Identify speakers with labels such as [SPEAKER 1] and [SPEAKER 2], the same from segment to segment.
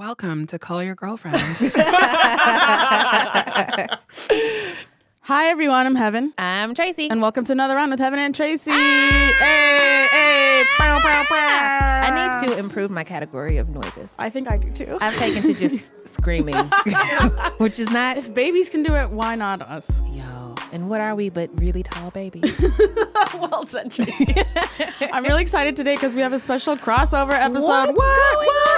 [SPEAKER 1] Welcome to Call Your Girlfriend.
[SPEAKER 2] Hi, everyone. I'm Heaven,
[SPEAKER 3] I'm Tracy.
[SPEAKER 2] and welcome to another round with Heaven and Tracy. Hey, hey, bow, bow, bow.
[SPEAKER 3] I need to improve my category of noises.
[SPEAKER 2] I think I do too.
[SPEAKER 3] I've taken to just screaming, which is not.
[SPEAKER 2] If babies can do it, why not us?
[SPEAKER 3] Yo, and what are we but really tall babies? well said, Tracy.
[SPEAKER 2] I'm really excited today because we have a special crossover episode.
[SPEAKER 3] What's
[SPEAKER 2] What?
[SPEAKER 3] going on?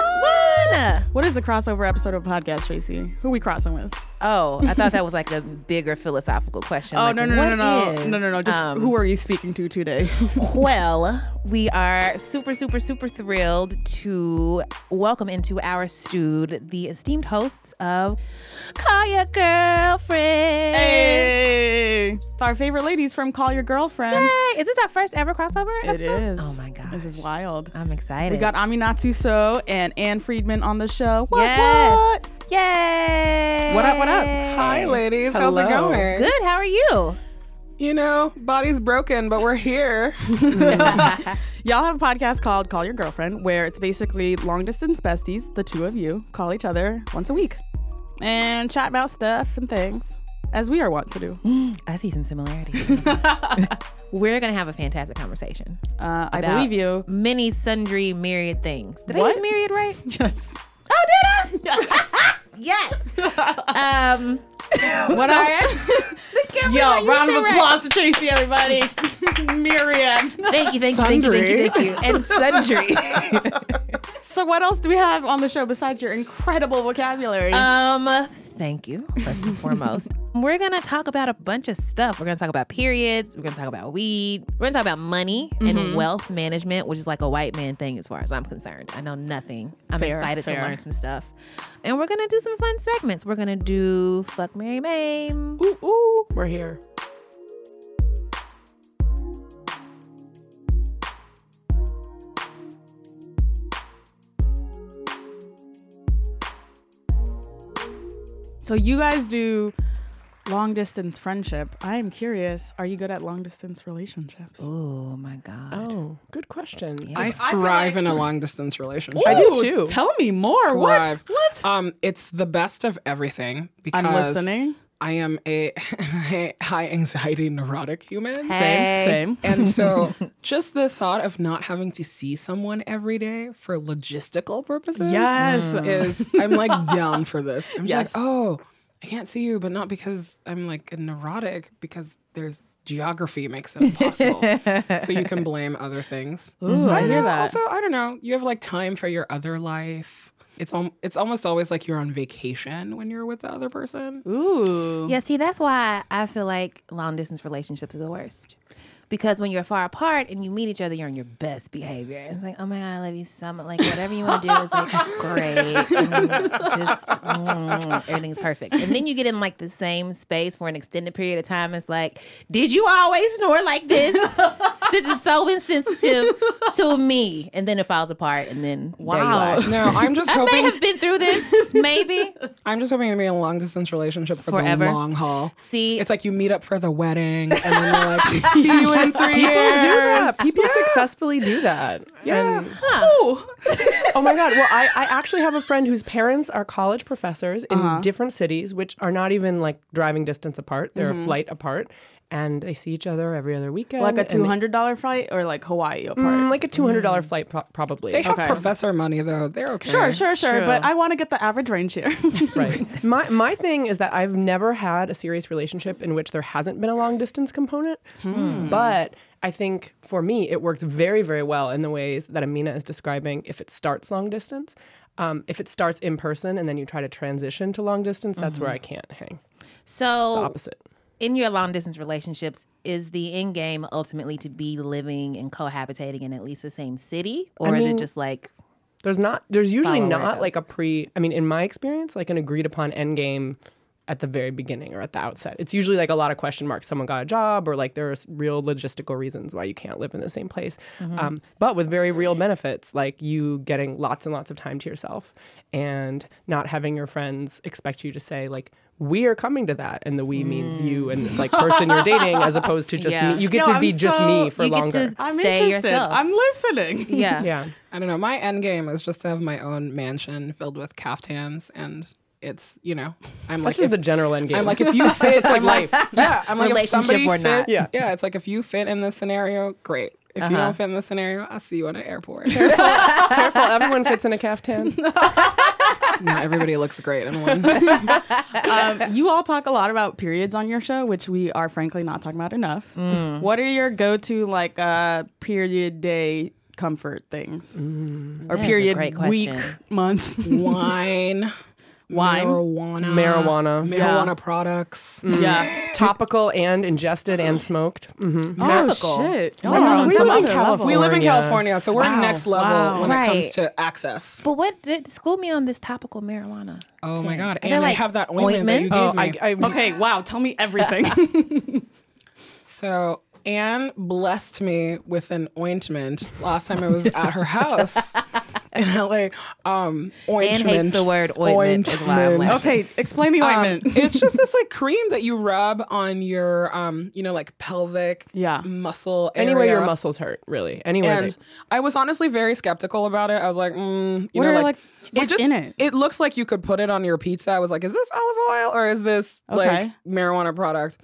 [SPEAKER 2] What is a crossover episode of a podcast, Tracy? Who we crossing with?
[SPEAKER 3] Oh, I thought that was like a bigger philosophical question.
[SPEAKER 2] Oh
[SPEAKER 3] like,
[SPEAKER 2] no no
[SPEAKER 3] what
[SPEAKER 2] no no
[SPEAKER 3] is-
[SPEAKER 2] no no no no! Just
[SPEAKER 3] Um,
[SPEAKER 2] who are you speaking to today?
[SPEAKER 3] Well, we are super, super, super thrilled to welcome into our stewed the esteemed hosts of Call Your Girlfriend.
[SPEAKER 2] hey, It's our favorite ladies from Call Your Girlfriend.
[SPEAKER 3] Yay! Is this our first ever crossover?
[SPEAKER 2] It
[SPEAKER 3] episode?
[SPEAKER 2] is.
[SPEAKER 3] Oh my gosh. Oh,
[SPEAKER 2] This is wild.
[SPEAKER 3] I'm excited.
[SPEAKER 2] We got Aminatsu So and Ann Friedman on the show. What,
[SPEAKER 3] yes.
[SPEAKER 2] what?
[SPEAKER 3] Yay!
[SPEAKER 2] What up, what up?
[SPEAKER 1] Hi, ladies. How's it
[SPEAKER 2] Hello.
[SPEAKER 1] going?
[SPEAKER 3] Good. How are you?
[SPEAKER 1] You know, body's broken, but we're here.
[SPEAKER 2] Y'all have a podcast called Call Your Girlfriend, where it's basically long distance besties, the two of you, call each other once a week and chat about stuff and things, as we are wont to do.
[SPEAKER 3] I see some similarities. We're gonna have a fantastic conversation.
[SPEAKER 2] Uh, I
[SPEAKER 3] about
[SPEAKER 2] believe you.
[SPEAKER 3] Many sundry myriad things. Did I
[SPEAKER 2] What?
[SPEAKER 3] use myriad right?
[SPEAKER 2] Yes.
[SPEAKER 3] Oh, did I? Yes. um,
[SPEAKER 2] What up? Yo, round of applause for Tracy, everybody. Myriad.
[SPEAKER 3] Thank you, thank you, thank you, thank you, thank you, and sundry.
[SPEAKER 2] So, what else do we have on the show besides your incredible vocabulary?
[SPEAKER 3] um, thank you first and foremost. We're gonna talk about a bunch of stuff. We're gonna talk about periods. We're gonna talk about weed. We're gonna talk about money
[SPEAKER 2] Mm-hmm.
[SPEAKER 3] and wealth management, which is like a white man thing as far as I'm concerned. I know nothing. I'm
[SPEAKER 2] Fair,
[SPEAKER 3] excited
[SPEAKER 2] fair.
[SPEAKER 3] to learn some stuff, and we're gonna do some fun segments. We're gonna do fuck Mary Mame.
[SPEAKER 2] ooh, ooh, we're here. So you guys do long distance friendship. I am curious, are you good at long distance relationships?
[SPEAKER 3] Oh my god.
[SPEAKER 4] Oh, good question.
[SPEAKER 1] I thrive in a long distance relationship.
[SPEAKER 2] I do
[SPEAKER 4] Ooh,
[SPEAKER 2] too. Tell me more.
[SPEAKER 1] Thrive.
[SPEAKER 2] What? What?
[SPEAKER 1] Um, it's the best of everything because
[SPEAKER 2] I'm listening.
[SPEAKER 1] I am a high anxiety neurotic human.
[SPEAKER 3] Hey.
[SPEAKER 2] Same.
[SPEAKER 1] And so, just the thought of not having to see someone every day for logistical purposes
[SPEAKER 2] Yes.
[SPEAKER 1] is, I'm like down for this. I'm just
[SPEAKER 2] Yes.
[SPEAKER 1] like, oh, I can't see you, but not because I'm like a neurotic, because there's geography makes it impossible. so, you can blame other things.
[SPEAKER 2] Ooh, I hear
[SPEAKER 1] know,
[SPEAKER 2] that.
[SPEAKER 1] Also, I don't know. You have like time for your other life. It's, al- it's almost always like you're on vacation when you're with the other person.
[SPEAKER 2] Ooh.
[SPEAKER 3] Yeah, see, that's why I feel like long distance relationships are the worst. Because when you're far apart and you meet each other, you're on your best behavior. It's like, oh my God, I love you so much. Like, whatever you want to do is like great. And just mm, everything's perfect. And then you get in like the same space for an extended period of time. It's like, did you always snore like this? this is so insensitive to me. And then it falls apart. And then wow.
[SPEAKER 2] Wow.
[SPEAKER 1] No, I'm just
[SPEAKER 3] I may
[SPEAKER 1] hoping
[SPEAKER 3] have been through this, maybe.
[SPEAKER 1] I'm just hoping to be in a long distance relationship for
[SPEAKER 3] Forever.
[SPEAKER 1] the long haul.
[SPEAKER 3] See,
[SPEAKER 1] It's like you meet up for the wedding and then you're like, see you in three years.
[SPEAKER 4] People successfully do that. Yeah. oh my God. Well, I, I actually have a friend whose parents are college professors in different cities, which are not even like driving distance apart. They're a flight apart. And they see each other every other weekend.
[SPEAKER 2] Like a
[SPEAKER 4] and
[SPEAKER 2] two hundred dollar flight or like Hawaii
[SPEAKER 4] they-
[SPEAKER 2] apart.
[SPEAKER 4] Mm, like a $200 flight, pro- probably.
[SPEAKER 1] They have
[SPEAKER 2] Okay.
[SPEAKER 1] professor money though. They're okay.
[SPEAKER 2] Sure, sure, sure.
[SPEAKER 4] True.
[SPEAKER 2] But I want to get the average range here.
[SPEAKER 4] right. My my thing is that I've never had a serious relationship in which there hasn't been a long distance component. But I think for me, it works very, very well in the ways that Amina is describing. If it starts long distance, um, if it starts in person and then you try to transition to long distance, that's where I can't hang.
[SPEAKER 3] so
[SPEAKER 4] Opposite.
[SPEAKER 3] in your long distance relationships, is the end game ultimately to be living and cohabitating in at least the same city, or is it just like
[SPEAKER 4] There's not. There's usually
[SPEAKER 3] Follow where it
[SPEAKER 4] not like
[SPEAKER 3] goes.
[SPEAKER 4] a pre. I mean, in my experience, like an agreed upon end game at the very beginning or at the outset. It's usually like a lot of question marks. Someone got a job, or like there's real logistical reasons why you can't live in the same place. Um, but with very real benefits, like you getting lots and lots of time to yourself and not having your friends expect you to say, like, we are coming to that. And the we means you and this like person you're dating, as opposed to just
[SPEAKER 3] Yeah.
[SPEAKER 4] me. You get
[SPEAKER 2] No,
[SPEAKER 4] to
[SPEAKER 2] I'm
[SPEAKER 4] be just
[SPEAKER 2] so-
[SPEAKER 4] me for
[SPEAKER 3] you
[SPEAKER 4] longer.
[SPEAKER 3] get to
[SPEAKER 2] I'm
[SPEAKER 3] stay
[SPEAKER 2] interested.
[SPEAKER 3] yourself.
[SPEAKER 2] I'm listening.
[SPEAKER 3] yeah.
[SPEAKER 4] yeah.
[SPEAKER 1] I don't know. My end game is just to have my own mansion filled with caftans, and it's you know, I'm
[SPEAKER 4] That's
[SPEAKER 1] like
[SPEAKER 4] just the general end game.
[SPEAKER 1] I'm like if you fit,
[SPEAKER 4] like
[SPEAKER 1] I'm like
[SPEAKER 4] life.
[SPEAKER 1] yeah, I'm like if
[SPEAKER 3] Relationship
[SPEAKER 1] somebody
[SPEAKER 3] or not.
[SPEAKER 1] fits,
[SPEAKER 4] Yeah.
[SPEAKER 1] yeah, it's like if you fit in this scenario, great. If you don't fit in this scenario, I'll see you at an airport.
[SPEAKER 4] Careful, everyone fits in a caftan.
[SPEAKER 1] not everybody looks great in one.
[SPEAKER 2] um, you all talk a lot about periods on your show, which we are frankly not talking about enough. What are your go-to like uh, period day comfort things, or
[SPEAKER 3] That is a
[SPEAKER 2] period
[SPEAKER 3] great
[SPEAKER 2] week,
[SPEAKER 3] question.
[SPEAKER 2] month?
[SPEAKER 1] Wine,
[SPEAKER 2] Wine?
[SPEAKER 1] marijuana,
[SPEAKER 4] Marijuana.
[SPEAKER 1] marijuana
[SPEAKER 2] Yeah.
[SPEAKER 1] products.
[SPEAKER 2] yeah.
[SPEAKER 4] Topical and ingested and smoked. Mm-hmm.
[SPEAKER 3] Topical.
[SPEAKER 2] Y'all
[SPEAKER 4] Wow.
[SPEAKER 2] are on
[SPEAKER 4] We
[SPEAKER 2] some
[SPEAKER 4] live in
[SPEAKER 2] other level.
[SPEAKER 1] We live in
[SPEAKER 4] California.
[SPEAKER 1] California, so we're
[SPEAKER 2] Wow.
[SPEAKER 1] next level
[SPEAKER 2] Wow.
[SPEAKER 1] when it comes
[SPEAKER 3] Right.
[SPEAKER 1] to access.
[SPEAKER 3] But what did school me on this topical marijuana?
[SPEAKER 1] Oh my
[SPEAKER 3] thing.
[SPEAKER 1] god!
[SPEAKER 3] Are
[SPEAKER 1] And
[SPEAKER 3] there,
[SPEAKER 1] they
[SPEAKER 3] like,
[SPEAKER 1] have that ointment, that you gave
[SPEAKER 4] Oh,
[SPEAKER 3] ointments?
[SPEAKER 1] me.
[SPEAKER 4] I, I,
[SPEAKER 2] Okay, wow. Tell me everything.
[SPEAKER 1] So Anne blessed me with an ointment last time I was at her house in LA. Um,
[SPEAKER 3] hates
[SPEAKER 1] ointment.
[SPEAKER 3] the word ointment, is why I'm
[SPEAKER 1] Ointment.
[SPEAKER 3] laughing.
[SPEAKER 2] okay, explain the
[SPEAKER 1] Um,
[SPEAKER 2] ointment.
[SPEAKER 1] it's just this like cream that you rub on your, um, you know, like pelvic,
[SPEAKER 2] Yeah.
[SPEAKER 1] muscle area.
[SPEAKER 4] Anyway, your muscles hurt, really. Anyway.
[SPEAKER 1] And I was honestly very skeptical about it. I was like, mm, you
[SPEAKER 2] What
[SPEAKER 1] know,
[SPEAKER 2] are,
[SPEAKER 1] like,
[SPEAKER 2] like,
[SPEAKER 1] it
[SPEAKER 2] what's in it?
[SPEAKER 1] It looks like you could put it on your pizza. I was like, is this olive oil or is this like
[SPEAKER 2] Okay.
[SPEAKER 1] marijuana product?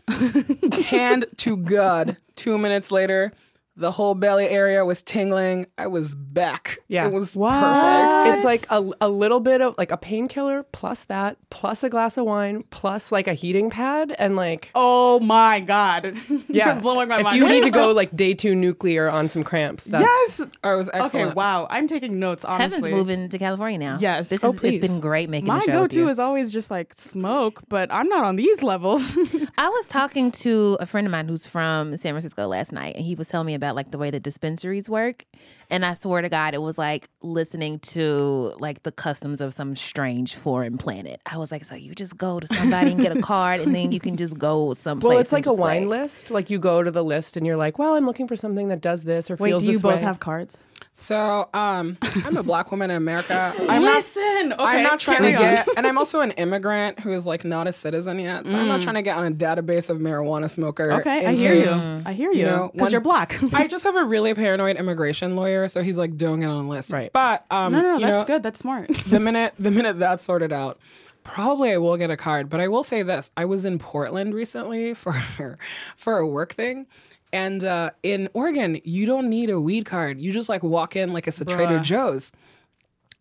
[SPEAKER 1] Hand to God. Two minutes later, the whole belly area was tingling. I was back.
[SPEAKER 4] Yeah.
[SPEAKER 1] It was
[SPEAKER 2] What?
[SPEAKER 1] perfect.
[SPEAKER 4] it's like a, a little bit of like a painkiller plus that plus a glass of wine plus like a heating pad and like
[SPEAKER 2] Oh my god.
[SPEAKER 4] yeah
[SPEAKER 2] You're blowing my
[SPEAKER 4] if
[SPEAKER 2] mind.
[SPEAKER 4] you
[SPEAKER 2] What
[SPEAKER 4] need
[SPEAKER 2] is
[SPEAKER 4] to
[SPEAKER 2] that?
[SPEAKER 4] go like day two nuclear on some cramps that's
[SPEAKER 1] Yes. Oh, it was
[SPEAKER 2] Okay,
[SPEAKER 1] excellent.
[SPEAKER 2] wow. I'm taking notes honestly.
[SPEAKER 3] Heaven's moving to California now.
[SPEAKER 2] Yes.
[SPEAKER 3] This
[SPEAKER 2] Oh,
[SPEAKER 3] is, it's
[SPEAKER 4] please.
[SPEAKER 3] been great making
[SPEAKER 2] My
[SPEAKER 3] the show with
[SPEAKER 2] go-to
[SPEAKER 3] you.
[SPEAKER 2] is always just like smoke, but I'm not on these levels.
[SPEAKER 3] I was talking to a friend of mine who's from San Francisco last night, and he was telling me about like the way the dispensaries work. And I swear to God, it was like listening to like the customs of some strange foreign planet. I was like, so you just go to somebody and get a card, and then you can just go someplace.
[SPEAKER 4] well it's
[SPEAKER 3] and
[SPEAKER 4] like a
[SPEAKER 3] just,
[SPEAKER 4] wine list like you go to the list and you're like well i'm looking for something that does this or feels this way.
[SPEAKER 2] cards?
[SPEAKER 1] So um, I'm a black woman in America. I'm not
[SPEAKER 2] Listen, okay,
[SPEAKER 1] I'm not trying to
[SPEAKER 2] carry on.
[SPEAKER 1] get, and I'm also an immigrant who is like not a citizen yet. So I'm not trying to get on a database of marijuana smoker.
[SPEAKER 2] Mm. Okay,
[SPEAKER 1] in
[SPEAKER 2] I hear you.
[SPEAKER 1] case-
[SPEAKER 2] I hear
[SPEAKER 1] you
[SPEAKER 2] you.
[SPEAKER 1] know, one-
[SPEAKER 2] Because you are black.
[SPEAKER 1] I just have a really paranoid immigration lawyer, so he's like, don't get on the list.
[SPEAKER 4] Right.
[SPEAKER 1] But um,
[SPEAKER 2] no, no, no
[SPEAKER 1] you
[SPEAKER 2] that's
[SPEAKER 1] know,
[SPEAKER 2] good. That's smart.
[SPEAKER 1] the minute the minute that's sorted out, probably I will get a card. But I will say this: I was in Portland recently for for a work thing. And uh, in Oregon, you don't need a weed card. You just like walk in like it's a Trader
[SPEAKER 2] Bruh.
[SPEAKER 1] Joe's.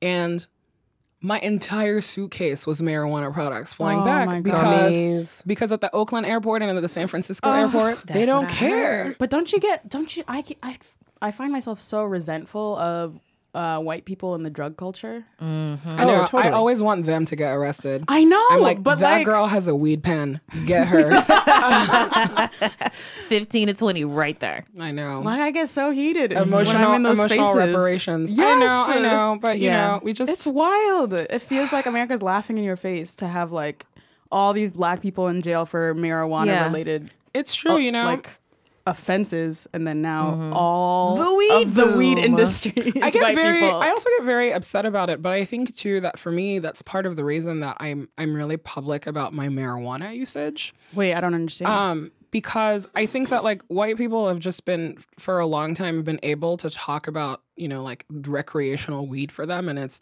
[SPEAKER 1] And my entire suitcase was marijuana products flying
[SPEAKER 2] Oh my
[SPEAKER 1] back because
[SPEAKER 4] Gummies.
[SPEAKER 1] because at the Oakland airport and at the San Francisco airport, they
[SPEAKER 3] that's
[SPEAKER 1] don't
[SPEAKER 3] what I
[SPEAKER 1] care.
[SPEAKER 2] But don't you get? Don't you? I ca- I, I find myself so resentful of uh, white people in the drug culture.
[SPEAKER 1] I know.
[SPEAKER 4] totally.
[SPEAKER 1] I always want them to get arrested.
[SPEAKER 2] Mm-hmm. Oh, I know,
[SPEAKER 1] I'm like,
[SPEAKER 2] but
[SPEAKER 1] that
[SPEAKER 2] like-
[SPEAKER 1] girl has a weed pen. Get her.
[SPEAKER 3] fifteen to twenty right there.
[SPEAKER 1] I know.
[SPEAKER 2] Like I get so heated
[SPEAKER 1] Emotional,
[SPEAKER 2] when I'm in those
[SPEAKER 1] emotional
[SPEAKER 2] spaces.
[SPEAKER 1] reparations. I know, I know, but you know, we just
[SPEAKER 2] it's wild. It feels like America's laughing in your face to have like all these black people in jail for marijuana
[SPEAKER 3] Yeah.
[SPEAKER 2] related
[SPEAKER 1] it's true, you know.
[SPEAKER 2] Oh, like offenses, and then now all
[SPEAKER 1] The weed
[SPEAKER 2] of the weed
[SPEAKER 1] boom.
[SPEAKER 2] industry. Is
[SPEAKER 1] Mm-hmm. I get
[SPEAKER 2] white
[SPEAKER 1] very
[SPEAKER 2] people.
[SPEAKER 1] I also get very upset about it, but I think too that for me that's part of the reason that I'm I'm really public about my marijuana usage.
[SPEAKER 2] Wait, I don't understand.
[SPEAKER 1] Um, because I think that like white people have just been for a long time have been able to talk about you know like recreational weed for them, and it's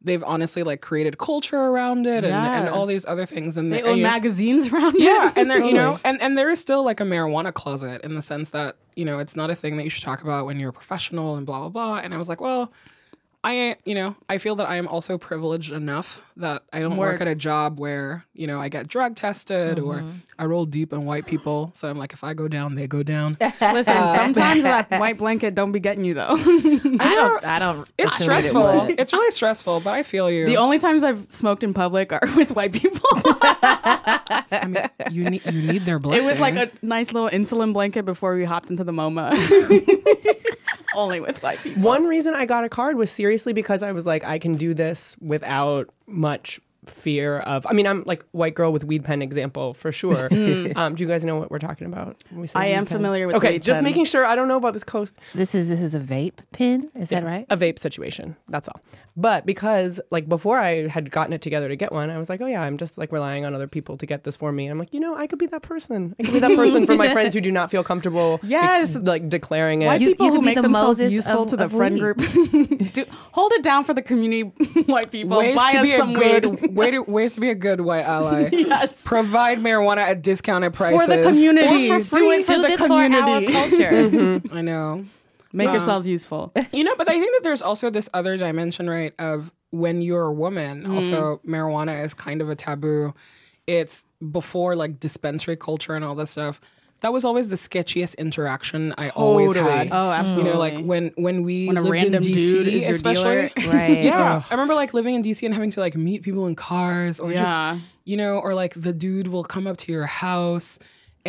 [SPEAKER 1] they've honestly like created culture around it and, and
[SPEAKER 2] Yeah.
[SPEAKER 1] all these other things, and
[SPEAKER 2] they
[SPEAKER 1] and,
[SPEAKER 2] own
[SPEAKER 1] you know-
[SPEAKER 2] magazines around
[SPEAKER 1] yeah,
[SPEAKER 2] it.
[SPEAKER 1] and there you know, and and there is still like a marijuana closet in the sense that you know it's not a thing that you should talk about when you're a professional and blah blah blah. And I was like, well. I, you know, I feel that I am also privileged enough that I don't work
[SPEAKER 2] Word.
[SPEAKER 1] at a job where, you know, I get drug tested
[SPEAKER 2] Mm-hmm.
[SPEAKER 1] or I roll deep in white people. So I'm like, if I go down, they go down.
[SPEAKER 2] Listen, sometimes that white blanket don't be getting you though.
[SPEAKER 3] I don't. I don't.
[SPEAKER 1] It's
[SPEAKER 3] assume that it
[SPEAKER 1] stressful.
[SPEAKER 3] would.
[SPEAKER 1] it's really stressful, but I feel you.
[SPEAKER 2] the only times I've smoked in public are with white people.
[SPEAKER 1] I mean, you need you need their
[SPEAKER 2] it
[SPEAKER 1] blessing.
[SPEAKER 2] was like a nice little insulin blanket before we hopped into the MoMA. Only with white people.
[SPEAKER 4] One reason I got a card was seriously because I was like, I can do this without much fear of. I mean, I'm like white girl with weed pen example for sure. um, do you guys know what we're talking about? When we say
[SPEAKER 2] I
[SPEAKER 4] weed
[SPEAKER 2] am
[SPEAKER 4] pen?
[SPEAKER 2] familiar with
[SPEAKER 4] Okay,
[SPEAKER 2] weed
[SPEAKER 4] just
[SPEAKER 2] pen.
[SPEAKER 4] making sure I don't know about this coast.
[SPEAKER 3] This is this is a vape pen. Is that right?
[SPEAKER 4] a vape situation. That's all. But because like before I had gotten it together to get one, I was like, oh yeah, I'm just like relying on other people to get this for me. And I'm like, you know, I could be that person. I could be that person for my friends who do not feel comfortable.
[SPEAKER 2] Yes.
[SPEAKER 4] like, like declaring it.
[SPEAKER 2] White
[SPEAKER 3] You-
[SPEAKER 2] people
[SPEAKER 3] you
[SPEAKER 2] who
[SPEAKER 3] could be
[SPEAKER 2] make
[SPEAKER 3] the
[SPEAKER 2] themselves
[SPEAKER 3] Moses
[SPEAKER 2] useful
[SPEAKER 3] of-
[SPEAKER 2] to the
[SPEAKER 3] of
[SPEAKER 2] friend
[SPEAKER 3] weed.
[SPEAKER 2] group. Do, hold it down for the community, white people.
[SPEAKER 1] ways
[SPEAKER 2] Buy
[SPEAKER 1] to
[SPEAKER 2] us
[SPEAKER 1] be a
[SPEAKER 2] some weed.
[SPEAKER 1] good way to, ways to be a good white ally.
[SPEAKER 2] Yes.
[SPEAKER 1] Provide marijuana at discounted prices
[SPEAKER 2] For the community.
[SPEAKER 1] Or for free.
[SPEAKER 2] Do it for
[SPEAKER 3] Do
[SPEAKER 2] the
[SPEAKER 3] this
[SPEAKER 2] community.
[SPEAKER 3] for our culture.
[SPEAKER 1] I know.
[SPEAKER 2] Make yourselves useful.
[SPEAKER 1] You know, but I think that there's also this other dimension, right? Of when you're a woman,
[SPEAKER 2] Mm.
[SPEAKER 1] also marijuana is kind of a taboo. It's before like dispensary culture and all this stuff. That was always the sketchiest interaction I always
[SPEAKER 2] Totally.
[SPEAKER 1] had.
[SPEAKER 2] Oh,
[SPEAKER 1] You know,
[SPEAKER 2] absolutely.
[SPEAKER 1] like when when we
[SPEAKER 2] When a
[SPEAKER 1] lived
[SPEAKER 2] random
[SPEAKER 1] in DC,
[SPEAKER 2] dude is your
[SPEAKER 1] especially.
[SPEAKER 2] dealer.
[SPEAKER 3] right.
[SPEAKER 1] Yeah, I remember like living in DC and having to like meet people in cars or
[SPEAKER 2] Yeah.
[SPEAKER 1] just you know, or like the dude will come up to your house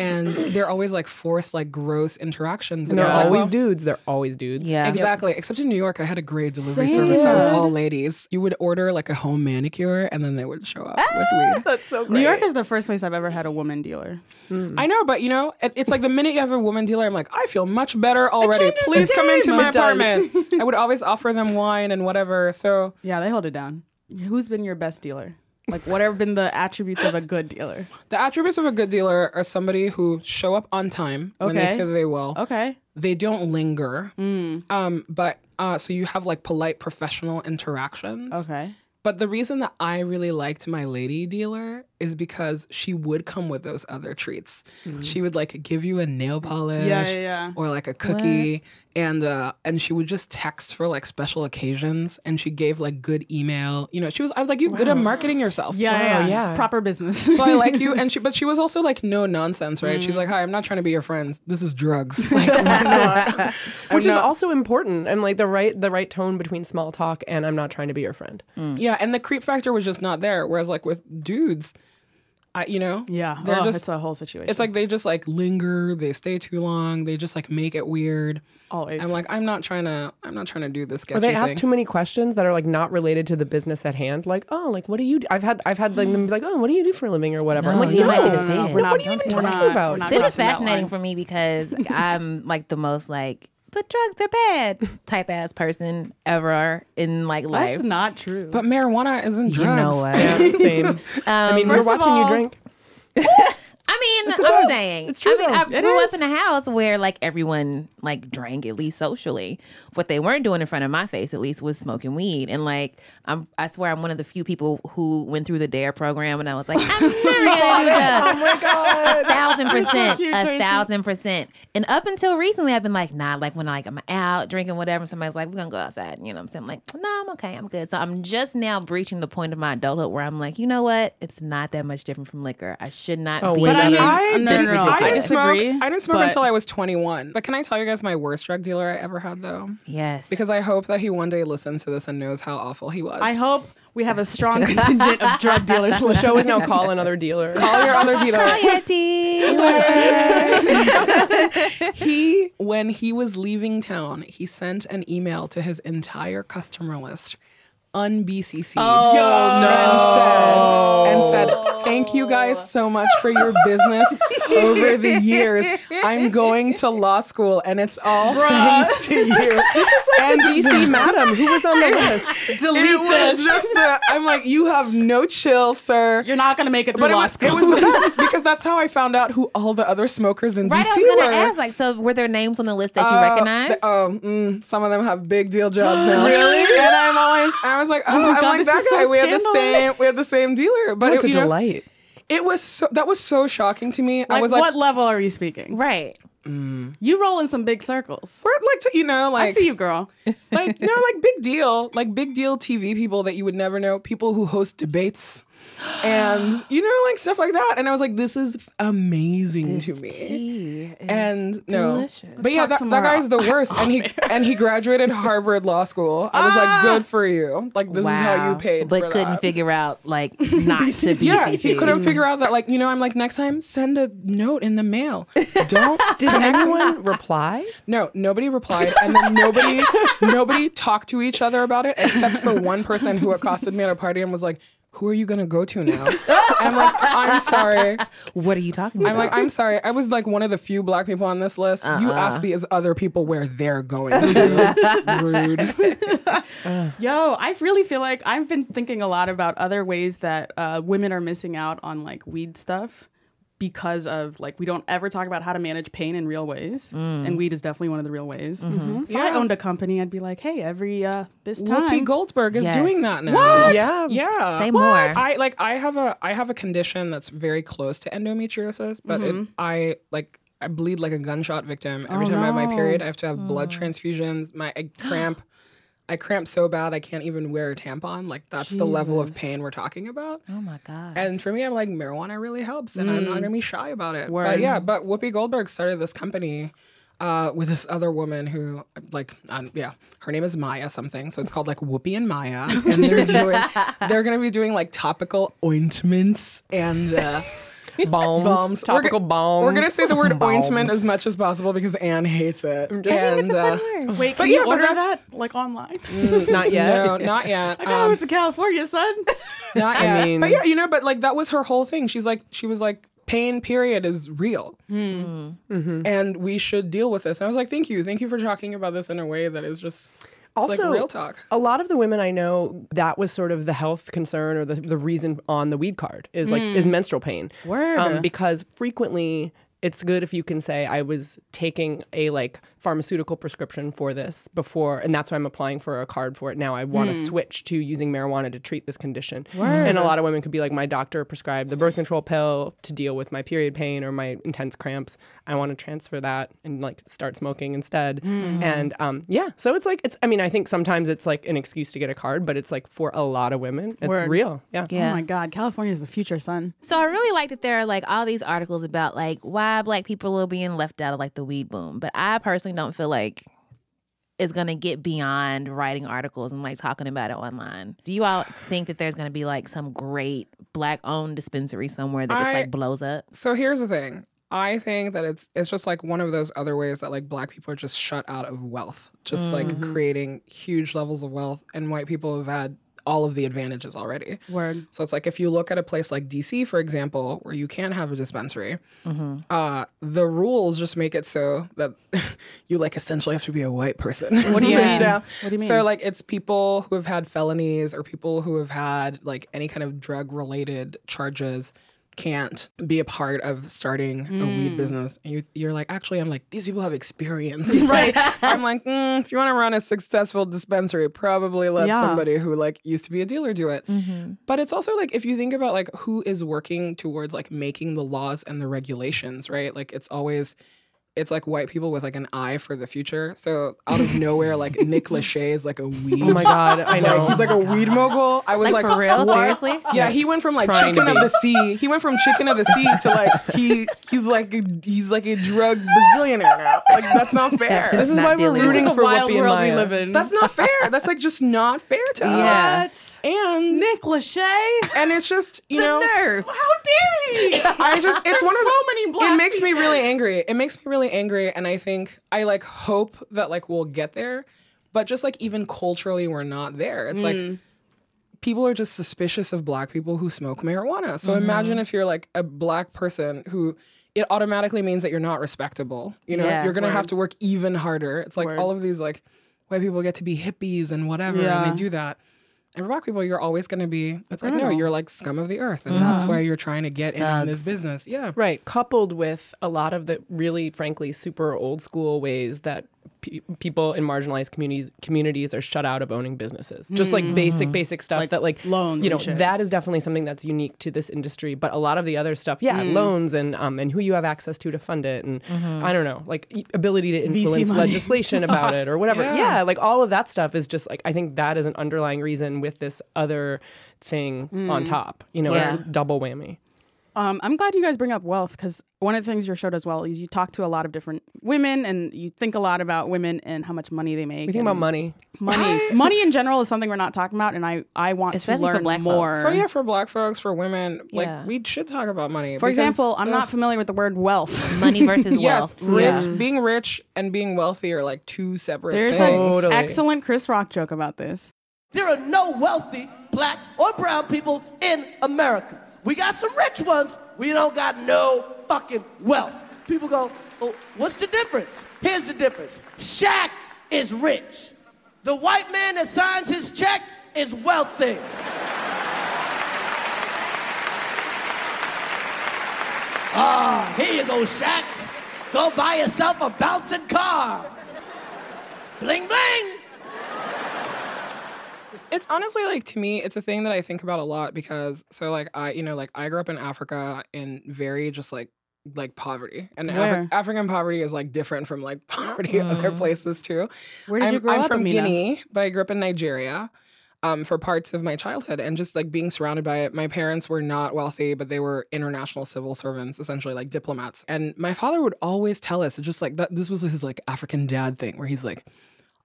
[SPEAKER 1] and they're always like forced like gross interactions. And
[SPEAKER 4] They're
[SPEAKER 1] I was like,
[SPEAKER 4] always
[SPEAKER 1] well,
[SPEAKER 4] dudes. They're always dudes.
[SPEAKER 3] Yeah.
[SPEAKER 1] Exactly. Except in New York, I had a great delivery service that was
[SPEAKER 4] Sad.
[SPEAKER 1] all ladies. You would order like a home manicure and then they would show up
[SPEAKER 2] Ah!
[SPEAKER 1] with weed.
[SPEAKER 4] That's so great.
[SPEAKER 2] New York is the first place I've ever had a woman dealer.
[SPEAKER 1] I know, but you know, it, it's like the minute you have a woman dealer, I'm like, I feel much better already.
[SPEAKER 2] changes the
[SPEAKER 1] Please come
[SPEAKER 2] game.
[SPEAKER 1] into my
[SPEAKER 2] It does.
[SPEAKER 1] apartment. I would always offer them wine and whatever. So
[SPEAKER 2] Yeah, they hold it down. Who's been your best dealer? Like, what have been the attributes of a good dealer?
[SPEAKER 1] the attributes of a good dealer are somebody who show up on time when they
[SPEAKER 2] Okay.
[SPEAKER 1] say that they will.
[SPEAKER 2] Okay. Hmm.
[SPEAKER 1] They don't linger. Um, but uh, so you have like polite professional interactions.
[SPEAKER 2] Okay.
[SPEAKER 1] But the reason that I really liked my lady dealer is because she would come with those other treats. She would like give you a nail polish
[SPEAKER 2] Hmm. Yeah, yeah, yeah.
[SPEAKER 1] or like a cookie and uh and she would just text for like special occasions and she gave like good email. You know, she was I was like you good at marketing yourself.
[SPEAKER 2] Yeah, yeah,
[SPEAKER 4] yeah.
[SPEAKER 2] Proper business.
[SPEAKER 1] Oh, So I like you and she but she was also like no nonsense, right? She's like, "Hi, I'm not trying to be your friends. This is drugs." Like we're not- I'm
[SPEAKER 4] Which is
[SPEAKER 1] not-
[SPEAKER 4] also important, and like the right the right tone between small talk and I'm not trying to be your friend.
[SPEAKER 1] Yeah, and the creep factor was just not there. Whereas like with dudes, I you know,
[SPEAKER 2] yeah.
[SPEAKER 1] they're
[SPEAKER 2] oh,
[SPEAKER 1] just
[SPEAKER 2] it's a whole situation.
[SPEAKER 1] it's like they just like linger, they stay too long, they just like make it weird.
[SPEAKER 2] always.
[SPEAKER 1] I'm like, I'm not trying to, I'm not trying to do this sketchy
[SPEAKER 4] Or they ask
[SPEAKER 1] thing.
[SPEAKER 4] too many questions that are like not related to the business at hand. Like, oh, like what do you? Do? I've had I've had like them be like, oh, what do you do for a living or whatever. I'm
[SPEAKER 3] No,
[SPEAKER 4] like,
[SPEAKER 3] you might be the
[SPEAKER 4] no,
[SPEAKER 3] feds.
[SPEAKER 4] What, what are
[SPEAKER 3] Don't
[SPEAKER 4] you even
[SPEAKER 3] do
[SPEAKER 2] We're
[SPEAKER 3] that.
[SPEAKER 4] talking
[SPEAKER 2] not-
[SPEAKER 4] about?
[SPEAKER 2] we're not
[SPEAKER 4] This-
[SPEAKER 3] this is
[SPEAKER 2] crossing that
[SPEAKER 3] fascinating
[SPEAKER 2] line.
[SPEAKER 3] for me because I'm like the most like, but drugs are bad type ass person ever in like life.
[SPEAKER 2] That's not true.
[SPEAKER 1] but marijuana isn't drugs.
[SPEAKER 3] you know what?
[SPEAKER 4] yeah, same. I mean, we're
[SPEAKER 2] first of
[SPEAKER 4] watching
[SPEAKER 2] all-
[SPEAKER 4] you drink.
[SPEAKER 3] I mean,
[SPEAKER 4] a
[SPEAKER 3] I'm
[SPEAKER 4] drug.
[SPEAKER 3] saying.
[SPEAKER 4] It's true,
[SPEAKER 3] I mean, I
[SPEAKER 4] though. It
[SPEAKER 3] grew
[SPEAKER 4] is.
[SPEAKER 3] up in a house where like everyone like drank at least socially. What they weren't doing in front of my face, at least, was smoking weed. And like, I'm I swear I'm one of the few people who went through the Dare E program, and I was like, I'm never gonna do drugs.
[SPEAKER 4] Oh my god.
[SPEAKER 3] thousand percent,
[SPEAKER 2] cute,
[SPEAKER 3] a
[SPEAKER 2] Tracy.
[SPEAKER 3] thousand percent. And up until recently, I've been like, nah. Like when like I'm out drinking whatever, and somebody's like, we're gonna go outside. You know, what I'm saying, I'm like, no, I'm okay, I'm good. So I'm just now breaching the point of my adulthood where I'm like, you know what? It's not that much different from liquor. I should not
[SPEAKER 4] Oh,
[SPEAKER 3] be.
[SPEAKER 4] way
[SPEAKER 2] But I
[SPEAKER 4] better.
[SPEAKER 2] mean,
[SPEAKER 1] I,
[SPEAKER 2] no, no, no, no.
[SPEAKER 3] I
[SPEAKER 1] I didn't
[SPEAKER 3] didn't
[SPEAKER 1] smoke.
[SPEAKER 2] disagree,
[SPEAKER 1] I didn't smoke
[SPEAKER 2] but-
[SPEAKER 1] until I was 21. But can I tell you guys my worst drug dealer I ever had though?
[SPEAKER 3] yes,
[SPEAKER 1] Because I hope that he one day listens to this and knows how awful he was.
[SPEAKER 2] I hope we have a strong contingent of drug dealers.
[SPEAKER 4] The show is now call another dealer.
[SPEAKER 1] All your other dealer. he when he was leaving town, he sent an email to his entire customer list, unbcc'd, and said, and said, "Thank you guys so much for your business over the years. I'm going to law school, and it's all thanks to you."
[SPEAKER 4] and DC madam, who was on the list?
[SPEAKER 2] Delete
[SPEAKER 1] It was just the. I'm like, you have no chill, sir.
[SPEAKER 2] You're not gonna make it through
[SPEAKER 1] but it
[SPEAKER 2] law
[SPEAKER 1] was,
[SPEAKER 2] school.
[SPEAKER 1] it was the best because that's how I found out who all the other smokers in
[SPEAKER 3] Right,
[SPEAKER 1] DC
[SPEAKER 3] I was
[SPEAKER 1] were.
[SPEAKER 3] gonna ask, like, so were there names on the list that you
[SPEAKER 1] Uh,
[SPEAKER 3] recognize?
[SPEAKER 1] th- um, mm, some of them have big deal jobs now. really? And I'm always, I was like, oh, I'm
[SPEAKER 2] God,
[SPEAKER 1] like
[SPEAKER 2] this
[SPEAKER 1] that
[SPEAKER 2] is so
[SPEAKER 1] guy. we had the
[SPEAKER 2] scandalous.
[SPEAKER 1] same, we had the same dealer. But
[SPEAKER 4] It's
[SPEAKER 1] it,
[SPEAKER 4] a
[SPEAKER 1] you know,
[SPEAKER 4] delight.
[SPEAKER 1] it was so, that was so shocking to me. I
[SPEAKER 2] Like,
[SPEAKER 1] was like,
[SPEAKER 2] what level are you speaking?
[SPEAKER 3] right.
[SPEAKER 2] You roll in some big circles.
[SPEAKER 1] we're like, t- you know,
[SPEAKER 2] I
[SPEAKER 1] like,
[SPEAKER 2] see you, girl.
[SPEAKER 1] like no, like big deal, like big deal TV people that you would never know, people who host debates. And you know, like stuff like that, and I was like, "This is amazing to me." and no, but yeah,
[SPEAKER 2] talk
[SPEAKER 1] that,
[SPEAKER 2] some
[SPEAKER 1] that
[SPEAKER 2] more
[SPEAKER 1] guy's the worst. And he and he graduated Harvard Law School. I was like, good for you. Like this is how you paid.
[SPEAKER 3] but
[SPEAKER 1] for
[SPEAKER 3] couldn't
[SPEAKER 1] that.
[SPEAKER 3] figure out like not to BCC.
[SPEAKER 1] Yeah, he couldn't figure out that. Like you know, I'm like next time send a note in the mail. Don't
[SPEAKER 4] Did anyone reply?
[SPEAKER 1] no, nobody replied, and then nobody nobody talked to each other about it except for one person who accosted me at a party and was like. who are you gonna go to now? I'm like, I'm sorry.
[SPEAKER 3] What are you talking
[SPEAKER 1] I'm like, I'm sorry. I was like one of the few black people on this list. You asked these other people where they're going to. Rude.
[SPEAKER 2] Yo, I really feel like I've been thinking a lot about other ways that uh, women are missing out on like weed stuff because of like we don't ever talk about how to manage pain in real ways, and weed is definitely one of the real ways. If I owned a company, I'd be like, hey, every uh, this
[SPEAKER 1] Whoopi
[SPEAKER 2] time,
[SPEAKER 1] Goldberg is
[SPEAKER 3] Yes.
[SPEAKER 1] doing that now.
[SPEAKER 4] Yeah.
[SPEAKER 1] Yeah.
[SPEAKER 3] Say more. What?
[SPEAKER 1] I like I have a I have a contion that's very close to endometriosis, but it, I like I bleed like a gunshot victim every time I have my period. I have to have blood transfusions. My I cramp. I cramp so bad I can't even wear a tampon. Like that's the level of pain we're talking about.
[SPEAKER 3] Oh my god.
[SPEAKER 1] And for me, I'm like marijuana really helps, and I'm not gonna be shy about it. But
[SPEAKER 2] Word.
[SPEAKER 1] yeah, but Whoopi Goldberg started this company uh, with this other woman who, like, um, yeah, her name is Maya something. So it's called like Whoopi and Maya, and they're doing, they're gonna be doing like topical ointments and. Uh,
[SPEAKER 4] Bombs.
[SPEAKER 1] Bombs. We're
[SPEAKER 4] Topical
[SPEAKER 1] go-
[SPEAKER 4] bombs.
[SPEAKER 1] We're gonna say the word
[SPEAKER 4] Bombs.
[SPEAKER 1] ointment as much as possible because Anne hates it. And, uh,
[SPEAKER 2] wait,
[SPEAKER 1] But
[SPEAKER 2] can you
[SPEAKER 1] yeah, but
[SPEAKER 2] order
[SPEAKER 1] that's-
[SPEAKER 2] that Mm. like online?
[SPEAKER 4] Not yet.
[SPEAKER 1] no, not yet.
[SPEAKER 2] I
[SPEAKER 1] Um,
[SPEAKER 2] went to California, son. Oh
[SPEAKER 1] Not
[SPEAKER 4] I
[SPEAKER 1] yet.
[SPEAKER 4] mean-
[SPEAKER 1] but yeah, you know, but like that was her whole thing. She's like, she was like, pain period is real,
[SPEAKER 4] Mm-hmm.
[SPEAKER 1] and we should deal with this. And I was like, thank you, thank you for talking about this in a way that is just it's like real talk.
[SPEAKER 4] A lot of the women I know, that was sort of the health concern or the, the reason on the weed card is like
[SPEAKER 1] Hmm.
[SPEAKER 4] is menstrual pain. Um,
[SPEAKER 2] Word.
[SPEAKER 4] because frequently it's good if you can say I was taking a like pharmaceutical prescription for this before, and that's why I'm applying for a card for it now. I want to
[SPEAKER 1] Hmm.
[SPEAKER 4] switch to using marijuana to treat this condition. And a lot of women could be like, my doctor prescribed the birth control pill to deal with my period pain or my intense cramps. I want to transfer that and like start smoking instead.
[SPEAKER 1] Mm.
[SPEAKER 4] And um, yeah, so it's like it's. I mean, I think sometimes it's like an excuse to get a card, but it's like for a lot of women, it's
[SPEAKER 2] Word.
[SPEAKER 4] real. Yeah.
[SPEAKER 3] yeah.
[SPEAKER 2] Oh my God, California is the future, son.
[SPEAKER 3] So I really like that there are like all these articles about like why black people are being left out of like the weed boom. But I personally don't feel like it's gonna get beyond writing articles and like talking about it online. Do you all think that there's gonna be like some great black owned dispensary somewhere that just
[SPEAKER 1] I-
[SPEAKER 3] like blows up?
[SPEAKER 1] So here's the thing. I think that it's it's just like one of those other ways that like black people are just shut out of wealth, just like creating huge levels of wealth, and white people have had all of the advantages already.
[SPEAKER 2] Word.
[SPEAKER 1] So it's like if you look at a place like DC, for example, where you can have a dispensary, uh, the rules just make it so that you like essentially have to be a white person. What
[SPEAKER 2] do you mean?
[SPEAKER 1] know?
[SPEAKER 2] What do you
[SPEAKER 1] So
[SPEAKER 2] mean?
[SPEAKER 1] like it's people who have had felonies or people who have had like any kind of drug related charges can't be a part of starting a weed business. And you, you're like, actually, I'm like, these people have experience. right. I'm like, mm, if you want to run a successful dispensary, probably let
[SPEAKER 2] Yeah.
[SPEAKER 1] somebody who like used to be a dealer do it. But it's also like if you think about like who is working towards like making the laws and the regulations, right? Like it's always it's like white people with like an eye for the future. So out of nowhere, like Nick Lachey is like a weed.
[SPEAKER 4] Oh my god, I know. Oh
[SPEAKER 1] Like he's like a weed mogul. I was like,
[SPEAKER 3] Like, for real?
[SPEAKER 1] what?
[SPEAKER 3] Seriously?
[SPEAKER 1] Yeah, he went from like
[SPEAKER 4] Trying to
[SPEAKER 1] chicken of
[SPEAKER 4] be.
[SPEAKER 1] the sea. He went from chicken of the sea to like he he's like a, he's like a drug bazillionaire now. Like that's not fair.
[SPEAKER 4] This is
[SPEAKER 3] Not
[SPEAKER 4] why we're
[SPEAKER 3] dealing with
[SPEAKER 4] rooting
[SPEAKER 3] it.
[SPEAKER 2] This is
[SPEAKER 4] for
[SPEAKER 2] a wild
[SPEAKER 4] Whoopi and
[SPEAKER 2] world we
[SPEAKER 4] Maya.
[SPEAKER 2] live in.
[SPEAKER 1] That's not fair. That's like just not fair to us.
[SPEAKER 3] Yeah.
[SPEAKER 2] What?
[SPEAKER 1] And
[SPEAKER 2] Nick Lachey.
[SPEAKER 1] and it's just you know
[SPEAKER 3] Nerve.
[SPEAKER 2] How dare he?
[SPEAKER 1] I just it's
[SPEAKER 2] There's
[SPEAKER 1] one of
[SPEAKER 2] so
[SPEAKER 1] the-
[SPEAKER 2] many black
[SPEAKER 1] It makes me really angry. It makes me really angry, and I think I like hope that like we'll get there, but just like even culturally, we're not there. It's
[SPEAKER 2] Mm.
[SPEAKER 1] like people are just suspicious of black people who smoke marijuana. So
[SPEAKER 2] Mm-hmm.
[SPEAKER 1] imagine if you're like a black person who. It automatically means that you're not respectable. You know,
[SPEAKER 3] Yeah,
[SPEAKER 1] you're gonna have to work even harder. It's like all of these like white people get to be hippies and whatever, and
[SPEAKER 2] Yeah.
[SPEAKER 1] they do that. And for black people, you're always gonna be. It's like
[SPEAKER 2] Mm.
[SPEAKER 1] no, you're like scum of the earth, and that's
[SPEAKER 2] Mm-hmm.
[SPEAKER 1] why you're trying to get in on this business. Yeah,
[SPEAKER 4] Right, coupled with a lot of the really, frankly, super old school ways that pe- people in marginalized communities communities are shut out of owning businesses. Just like basic, basic stuff that like
[SPEAKER 2] Mm. Mm-hmm. loans and
[SPEAKER 4] You know,
[SPEAKER 2] shit.
[SPEAKER 4] that is definitely something that's unique to this industry. But a lot of the other stuff, yeah,
[SPEAKER 2] Mm.
[SPEAKER 4] loans and um and who you have access to to fund it, and I don't know, like y- ability to influence
[SPEAKER 2] money.
[SPEAKER 4] legislation about it or whatever.
[SPEAKER 1] Yeah.
[SPEAKER 4] Yeah. like all of that stuff is just like I think that is an underlying reason with this other thing
[SPEAKER 2] Mm.
[SPEAKER 4] on top. You know,
[SPEAKER 3] Yeah.
[SPEAKER 4] it's double whammy.
[SPEAKER 2] Um, I'm glad you guys bring up wealth because one of the things your show does well is you talk to a lot of different women and you think a lot about women and how much money they make.
[SPEAKER 4] We think
[SPEAKER 2] and
[SPEAKER 4] about money.
[SPEAKER 2] money. money in general is something we're not talking about, and I I want
[SPEAKER 3] Especially
[SPEAKER 2] to
[SPEAKER 3] for
[SPEAKER 2] learn
[SPEAKER 3] black
[SPEAKER 2] more.
[SPEAKER 1] For yeah, for black folks, for women, like
[SPEAKER 3] Yeah.
[SPEAKER 1] we should talk about money.
[SPEAKER 2] For example, I'm not familiar with the word wealth.
[SPEAKER 3] Money versus
[SPEAKER 1] yes,
[SPEAKER 3] wealth.
[SPEAKER 1] rich, being rich and being wealthy are like two separate
[SPEAKER 2] There's
[SPEAKER 1] things.
[SPEAKER 2] an
[SPEAKER 4] Totally.
[SPEAKER 2] excellent Chris Rock joke about this.
[SPEAKER 5] There are no wealthy black or brown people in America. We got some rich ones. We don't got no fucking wealth. People go, well, what's the difference? Here's the difference. Shaq is rich. The white man that signs his check is wealthy. Ah, here you go, Shaq. Go buy yourself a bouncing car. Bling bling.
[SPEAKER 1] It's honestly like to me, it's a thing that I think about a lot because so like I, you know, like I grew up in Africa in very just like like poverty and
[SPEAKER 2] Where? Mm.
[SPEAKER 1] Afri- African poverty is like different from like poverty other places too.
[SPEAKER 2] Where did
[SPEAKER 1] I'm,
[SPEAKER 2] you grow
[SPEAKER 1] I'm
[SPEAKER 2] up,
[SPEAKER 1] from
[SPEAKER 2] Amina?
[SPEAKER 1] Guinea, but I grew up in Nigeria. Um, for parts of my childhood and just like being surrounded by it. My parents were not wealthy, but they were international civil servants, essentially like diplomats. And my father would always tell us, just like that, this was his like African dad thing where he's like,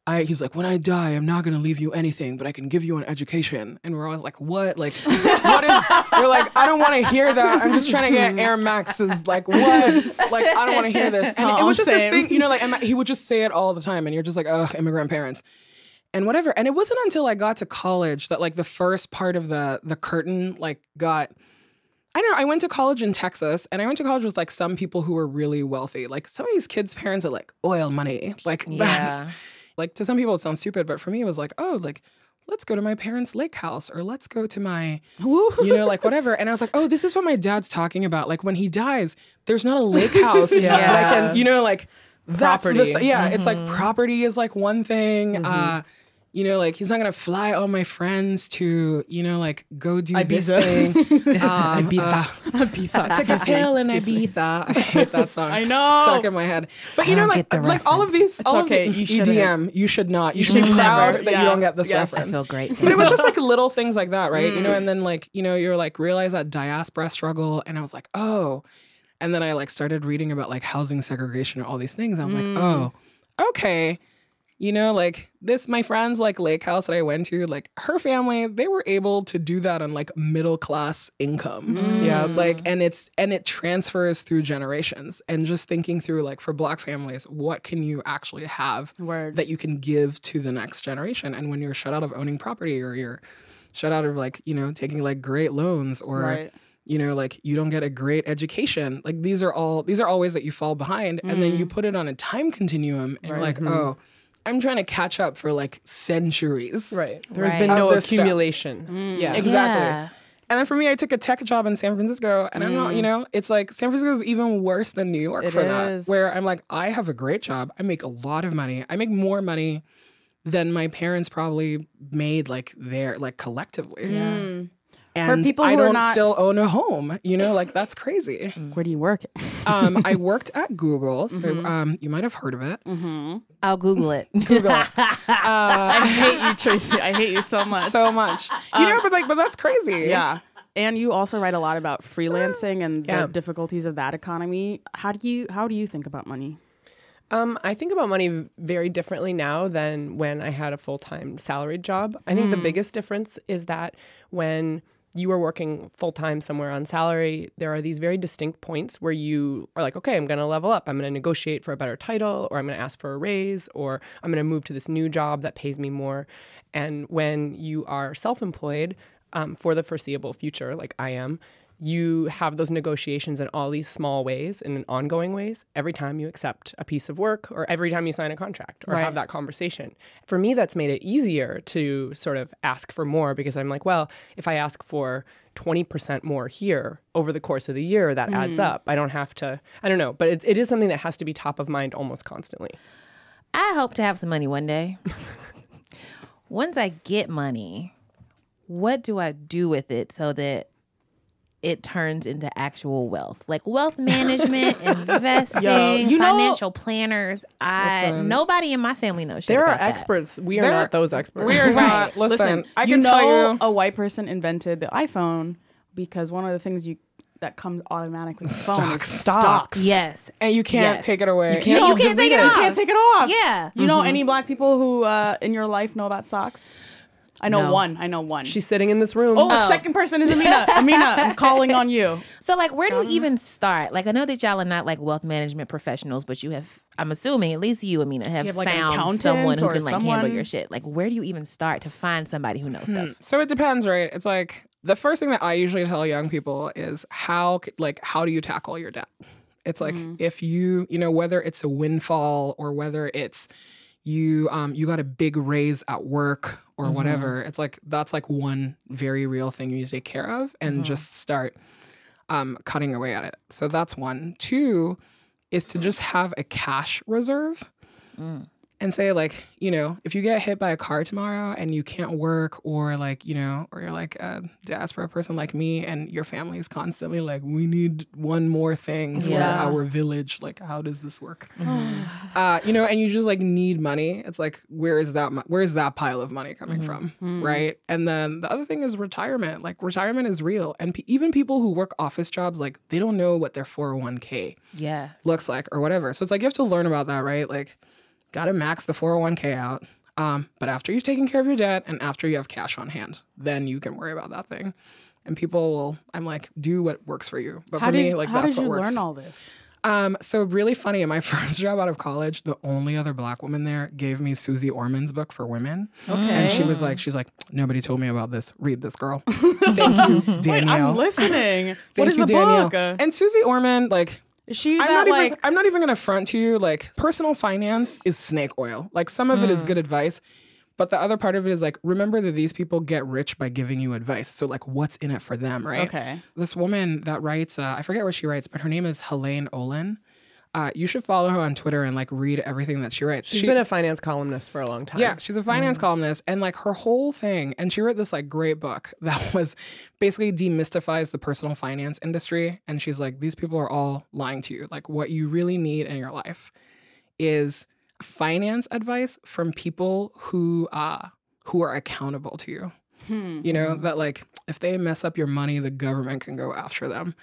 [SPEAKER 1] I, he's like, when I die, I'm not gonna leave you anything, but I can give you an education. And we're always like, what? Like, what is? We're like, I don't want to hear that. I'm just trying to get Air Max's. Like, what? Like, I don't want to hear this. And it
[SPEAKER 2] Aw,
[SPEAKER 1] was just
[SPEAKER 2] same.
[SPEAKER 1] this thing, you know. Like, and my- he would just say it all the time, and you're just like, ugh, immigrant parents, and whatever. And it wasn't until I got to college that like the first part of the the curtain like got I don't know. I went to college in Texas and I went to college with like some people who were really wealthy. Like some of these kids' parents are like oil money. Like
[SPEAKER 3] Yeah.
[SPEAKER 1] that's like to some people it sounds stupid, but for me it was like, oh, like let's go to my parents' lake house or let's go to my you know, like whatever. And I was like, oh, this is what my dad's talking about. Like when he dies, there's not a lake house.
[SPEAKER 4] Yeah.
[SPEAKER 1] Like and you know, like that's the
[SPEAKER 4] Property.
[SPEAKER 1] s- yeah, it's like property is like one thing. Uh you know, like he's not gonna fly all my friends to, you know, like go do this thing.
[SPEAKER 4] Ah,
[SPEAKER 1] Um, uh, Took a pill in Ibiza. I hate that song. I
[SPEAKER 2] know.
[SPEAKER 1] Stuck in my head. But you know,
[SPEAKER 3] don't
[SPEAKER 1] like,
[SPEAKER 3] get the
[SPEAKER 1] like all of these, all
[SPEAKER 2] okay,
[SPEAKER 1] of the
[SPEAKER 2] you shouldn't.
[SPEAKER 1] EDM, you should not. You, should be
[SPEAKER 2] should
[SPEAKER 1] proud
[SPEAKER 2] never.
[SPEAKER 1] that
[SPEAKER 2] Yeah.
[SPEAKER 1] you don't get this
[SPEAKER 2] Yes.
[SPEAKER 3] I
[SPEAKER 1] reference.
[SPEAKER 3] feel great.
[SPEAKER 1] But it was just like little things like that, right? You know, and then like, you know, you're like, realize that diaspora struggle. And I was like, oh. And then I like started reading about like housing segregation and all these things. I was like, oh, okay. You know, like this, my friend's like lake house that I went to, like her family, they were able to do that on like middle class income.
[SPEAKER 2] Mm.
[SPEAKER 4] Yeah.
[SPEAKER 1] Like, and it's, and it transfers through generations. And just thinking through, like, for black families, what can you actually have
[SPEAKER 2] Word.
[SPEAKER 1] that you can give to the next generation. And when you're shut out of owning property or you're shut out of like, you know, taking like great loans or
[SPEAKER 2] Right.
[SPEAKER 1] you know, like you don't get a great education. Like these are all these are all ways that you fall behind. And then
[SPEAKER 2] Mm.
[SPEAKER 1] you put it on a time continuum and you're like,
[SPEAKER 2] Mm-hmm.
[SPEAKER 1] oh, I'm trying to catch up for like centuries.
[SPEAKER 4] Right. Mm. There's
[SPEAKER 3] Right.
[SPEAKER 4] been
[SPEAKER 1] Of
[SPEAKER 4] no
[SPEAKER 1] this stuff.
[SPEAKER 4] accumulation. Yeah.
[SPEAKER 1] Exactly.
[SPEAKER 3] Yeah.
[SPEAKER 1] And then for me, I took a tech job in San Francisco, and I'm not, you know, it's like San Francisco is even worse than New York
[SPEAKER 2] Mm. It
[SPEAKER 1] for
[SPEAKER 2] is.
[SPEAKER 1] that. Where I'm like, I have a great job. I make a lot of money. I make more money than my parents probably made, like their like collectively. And
[SPEAKER 2] people
[SPEAKER 1] I
[SPEAKER 2] who are
[SPEAKER 1] don't
[SPEAKER 2] not-
[SPEAKER 1] still own a home. You know, like that's crazy.
[SPEAKER 2] Where do you work?
[SPEAKER 1] um, I worked at Google, so
[SPEAKER 2] Mm-hmm.
[SPEAKER 1] um, you might have heard of it.
[SPEAKER 3] I'll Google it.
[SPEAKER 1] Google.
[SPEAKER 2] I hate you, Tracy. I hate you so much.
[SPEAKER 1] so much. You know, but like, but that's crazy.
[SPEAKER 2] yeah. And you also write a lot about freelancing and
[SPEAKER 4] Yeah.
[SPEAKER 2] the difficulties of that economy. How do you how do you think about money?
[SPEAKER 4] Um, I think about money v- very differently now than when I had a full time salaried job. I think the biggest difference is that when you are working full time somewhere on salary, there are these very distinct points where you are like, okay, I'm going to level up. I'm going to negotiate for a better title, or I'm going to ask for a raise, or I'm going to move to this new job that pays me more. And when you are self employed um, for the foreseeable future, like I am, you have those negotiations in all these small ways and in ongoing ways every time you accept a piece of work or every time you sign a contract or have that conversation. For me, that's made it easier to sort of ask for more because I'm like, well, if I ask for 20% more here over the course of the year, that adds up. I don't have to, I don't know, but it, it is something that has to be top of mind almost constantly.
[SPEAKER 3] I hope to have some money one day. Once I get money, what do I do with it so that it turns into actual wealth? Like wealth management, investing,
[SPEAKER 4] you know-
[SPEAKER 3] financial planners. I nobody in my family knows shit.
[SPEAKER 4] There are
[SPEAKER 3] about that.
[SPEAKER 4] experts. We are
[SPEAKER 1] There-
[SPEAKER 4] not those experts.
[SPEAKER 1] We are
[SPEAKER 3] Uh,
[SPEAKER 1] not. Listen,
[SPEAKER 2] Listen,
[SPEAKER 1] I
[SPEAKER 2] you
[SPEAKER 1] can
[SPEAKER 2] know
[SPEAKER 1] tell you.
[SPEAKER 2] a white person invented the iPhone because one of the things you that comes automatic with the phone is stocks.
[SPEAKER 3] Yes.
[SPEAKER 1] and you can't
[SPEAKER 3] Yes.
[SPEAKER 1] take it away.
[SPEAKER 3] can't- No, you
[SPEAKER 2] delete
[SPEAKER 3] take it
[SPEAKER 2] You
[SPEAKER 3] off.
[SPEAKER 2] can't take it off.
[SPEAKER 1] Mm-hmm.
[SPEAKER 3] Yeah.
[SPEAKER 2] You know any black people who uh, in your life know about stocks? I know
[SPEAKER 3] No.
[SPEAKER 2] one. I know one.
[SPEAKER 4] She's sitting in this room.
[SPEAKER 2] oh, the second person is Amina. Amina, I'm calling on you.
[SPEAKER 3] So like where do we even start? Like I know that y'all are not like wealth management professionals, but you have I'm assuming at least you, Amina, have,
[SPEAKER 2] have, like, an
[SPEAKER 3] found
[SPEAKER 2] accountant
[SPEAKER 3] someone who
[SPEAKER 2] or
[SPEAKER 3] can like handle
[SPEAKER 2] someone?
[SPEAKER 3] your shit. Like where do you even start to find somebody who knows stuff?
[SPEAKER 1] So it depends, right? It's like the first thing that I usually tell young people is how c- like how do you tackle your debt? It's like if you, you know, whether it's a windfall or whether it's you um you got a big raise at work or whatever, it's like that's like one very real thing you need to take care of and just start um cutting away at it. So that's one. Two is to just have a cash reserve and say like you know if you get hit by a car tomorrow and you can't work or like you know or you're like a diaspora person like me and your family's constantly like we need one more thing for
[SPEAKER 3] Yeah.
[SPEAKER 1] our village like how does this work uh, you know and you just like need money it's like where is that mo- where is that pile of money coming from right and then the other thing is retirement like retirement is real and pe even people who work office jobs like they don't know what their 401k
[SPEAKER 3] Yeah.
[SPEAKER 1] looks like or whatever. So it's like you have to learn about that, right? Like, gotta max the 401k out. Um, but after you've taken care of your debt and after you have cash on hand, then you can worry about that thing. And people will, I'm like, do what works for you. But
[SPEAKER 2] How
[SPEAKER 1] for
[SPEAKER 2] did,
[SPEAKER 1] me, like
[SPEAKER 2] how
[SPEAKER 1] that's
[SPEAKER 2] did
[SPEAKER 1] what
[SPEAKER 2] you
[SPEAKER 1] works.
[SPEAKER 2] learn all this?
[SPEAKER 1] um, so really funny. In my first job out of college, the only other black woman there gave me Susie Orman's book for women. Okay. And she was like, she's like, nobody told me about this. Read this, girl. Thank you, Danielle.
[SPEAKER 2] I'm listening.
[SPEAKER 1] Thank
[SPEAKER 2] what is
[SPEAKER 1] you,
[SPEAKER 2] the
[SPEAKER 1] Danielle.
[SPEAKER 2] book?
[SPEAKER 1] And Susie Orman, like,
[SPEAKER 2] Is she
[SPEAKER 1] I'm not
[SPEAKER 2] that like
[SPEAKER 1] even I'm not even gonna front to you like personal finance is snake oil. Like some of it is good advice, but the other part of it is like remember that these people get rich by giving you advice. So like what's in it for them, right?
[SPEAKER 2] Okay.
[SPEAKER 1] This woman that writes, uh, I forget what she writes, but her name is Helene Olin. Uh, you should follow her on Twitter and like read everything that she writes.
[SPEAKER 4] She's
[SPEAKER 1] She-
[SPEAKER 4] been a finance columnist for a long time.
[SPEAKER 1] yeah, she's a finance columnist, and like her whole thing, and she wrote this like great book that was basically demystifies the personal finance industry. And she's like, these people are all lying to you. Like, what you really need in your life is finance advice from people who uh who are accountable to you. You know that like if they mess up your money, the government can go after them.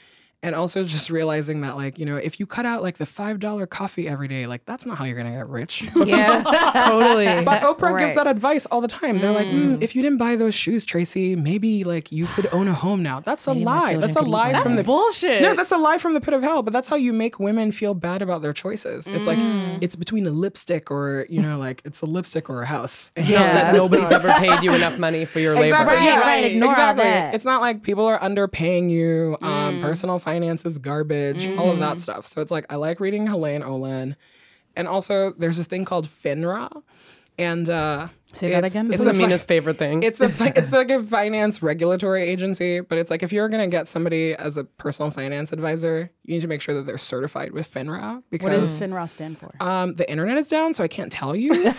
[SPEAKER 1] And also just realizing that like you know if you cut out like the five dollar coffee every day, like that's not how you're gonna get rich.
[SPEAKER 3] Yeah.
[SPEAKER 4] totally.
[SPEAKER 1] But Oprah gives
[SPEAKER 3] Right.
[SPEAKER 1] that advice all the time. They're like, mm, if you didn't buy those shoes, Tracy, maybe like you could own a home now. That's a
[SPEAKER 3] Maybe my
[SPEAKER 1] lie.
[SPEAKER 3] children
[SPEAKER 1] That's a
[SPEAKER 3] could eat
[SPEAKER 1] lie
[SPEAKER 3] my
[SPEAKER 1] from the
[SPEAKER 3] food.
[SPEAKER 2] bullshit?
[SPEAKER 1] no, that's a lie from the pit of hell. But that's how you make women feel bad about their choices. It's like
[SPEAKER 3] Mm.
[SPEAKER 1] it's between a lipstick or you know, like it's a lipstick or a house.
[SPEAKER 4] You know, that
[SPEAKER 3] Yeah.
[SPEAKER 4] nobody's ever paid you enough money for your labor.
[SPEAKER 1] Exactly.
[SPEAKER 3] Right,
[SPEAKER 1] yeah,
[SPEAKER 3] right, ignore all
[SPEAKER 1] exactly.
[SPEAKER 3] that.
[SPEAKER 1] It's not like people are underpaying you. Um,
[SPEAKER 4] Mm.
[SPEAKER 1] Personal finances, garbage, all of that stuff. So it's like I like reading Helene Olin, and also there's this thing called FINRA, and uh,
[SPEAKER 2] Say that
[SPEAKER 1] it's-
[SPEAKER 2] again?
[SPEAKER 1] It's
[SPEAKER 4] This is
[SPEAKER 1] a fi-
[SPEAKER 4] Amina's favorite thing.
[SPEAKER 1] it's a fi- it's like a finance regulatory agency, but it's like if you're gonna get somebody as a personal finance advisor, you need to make sure that they're certified with FINRA because
[SPEAKER 2] What does FINRA stand for?
[SPEAKER 3] Uh,
[SPEAKER 1] um, the internet is down, so I can't tell you.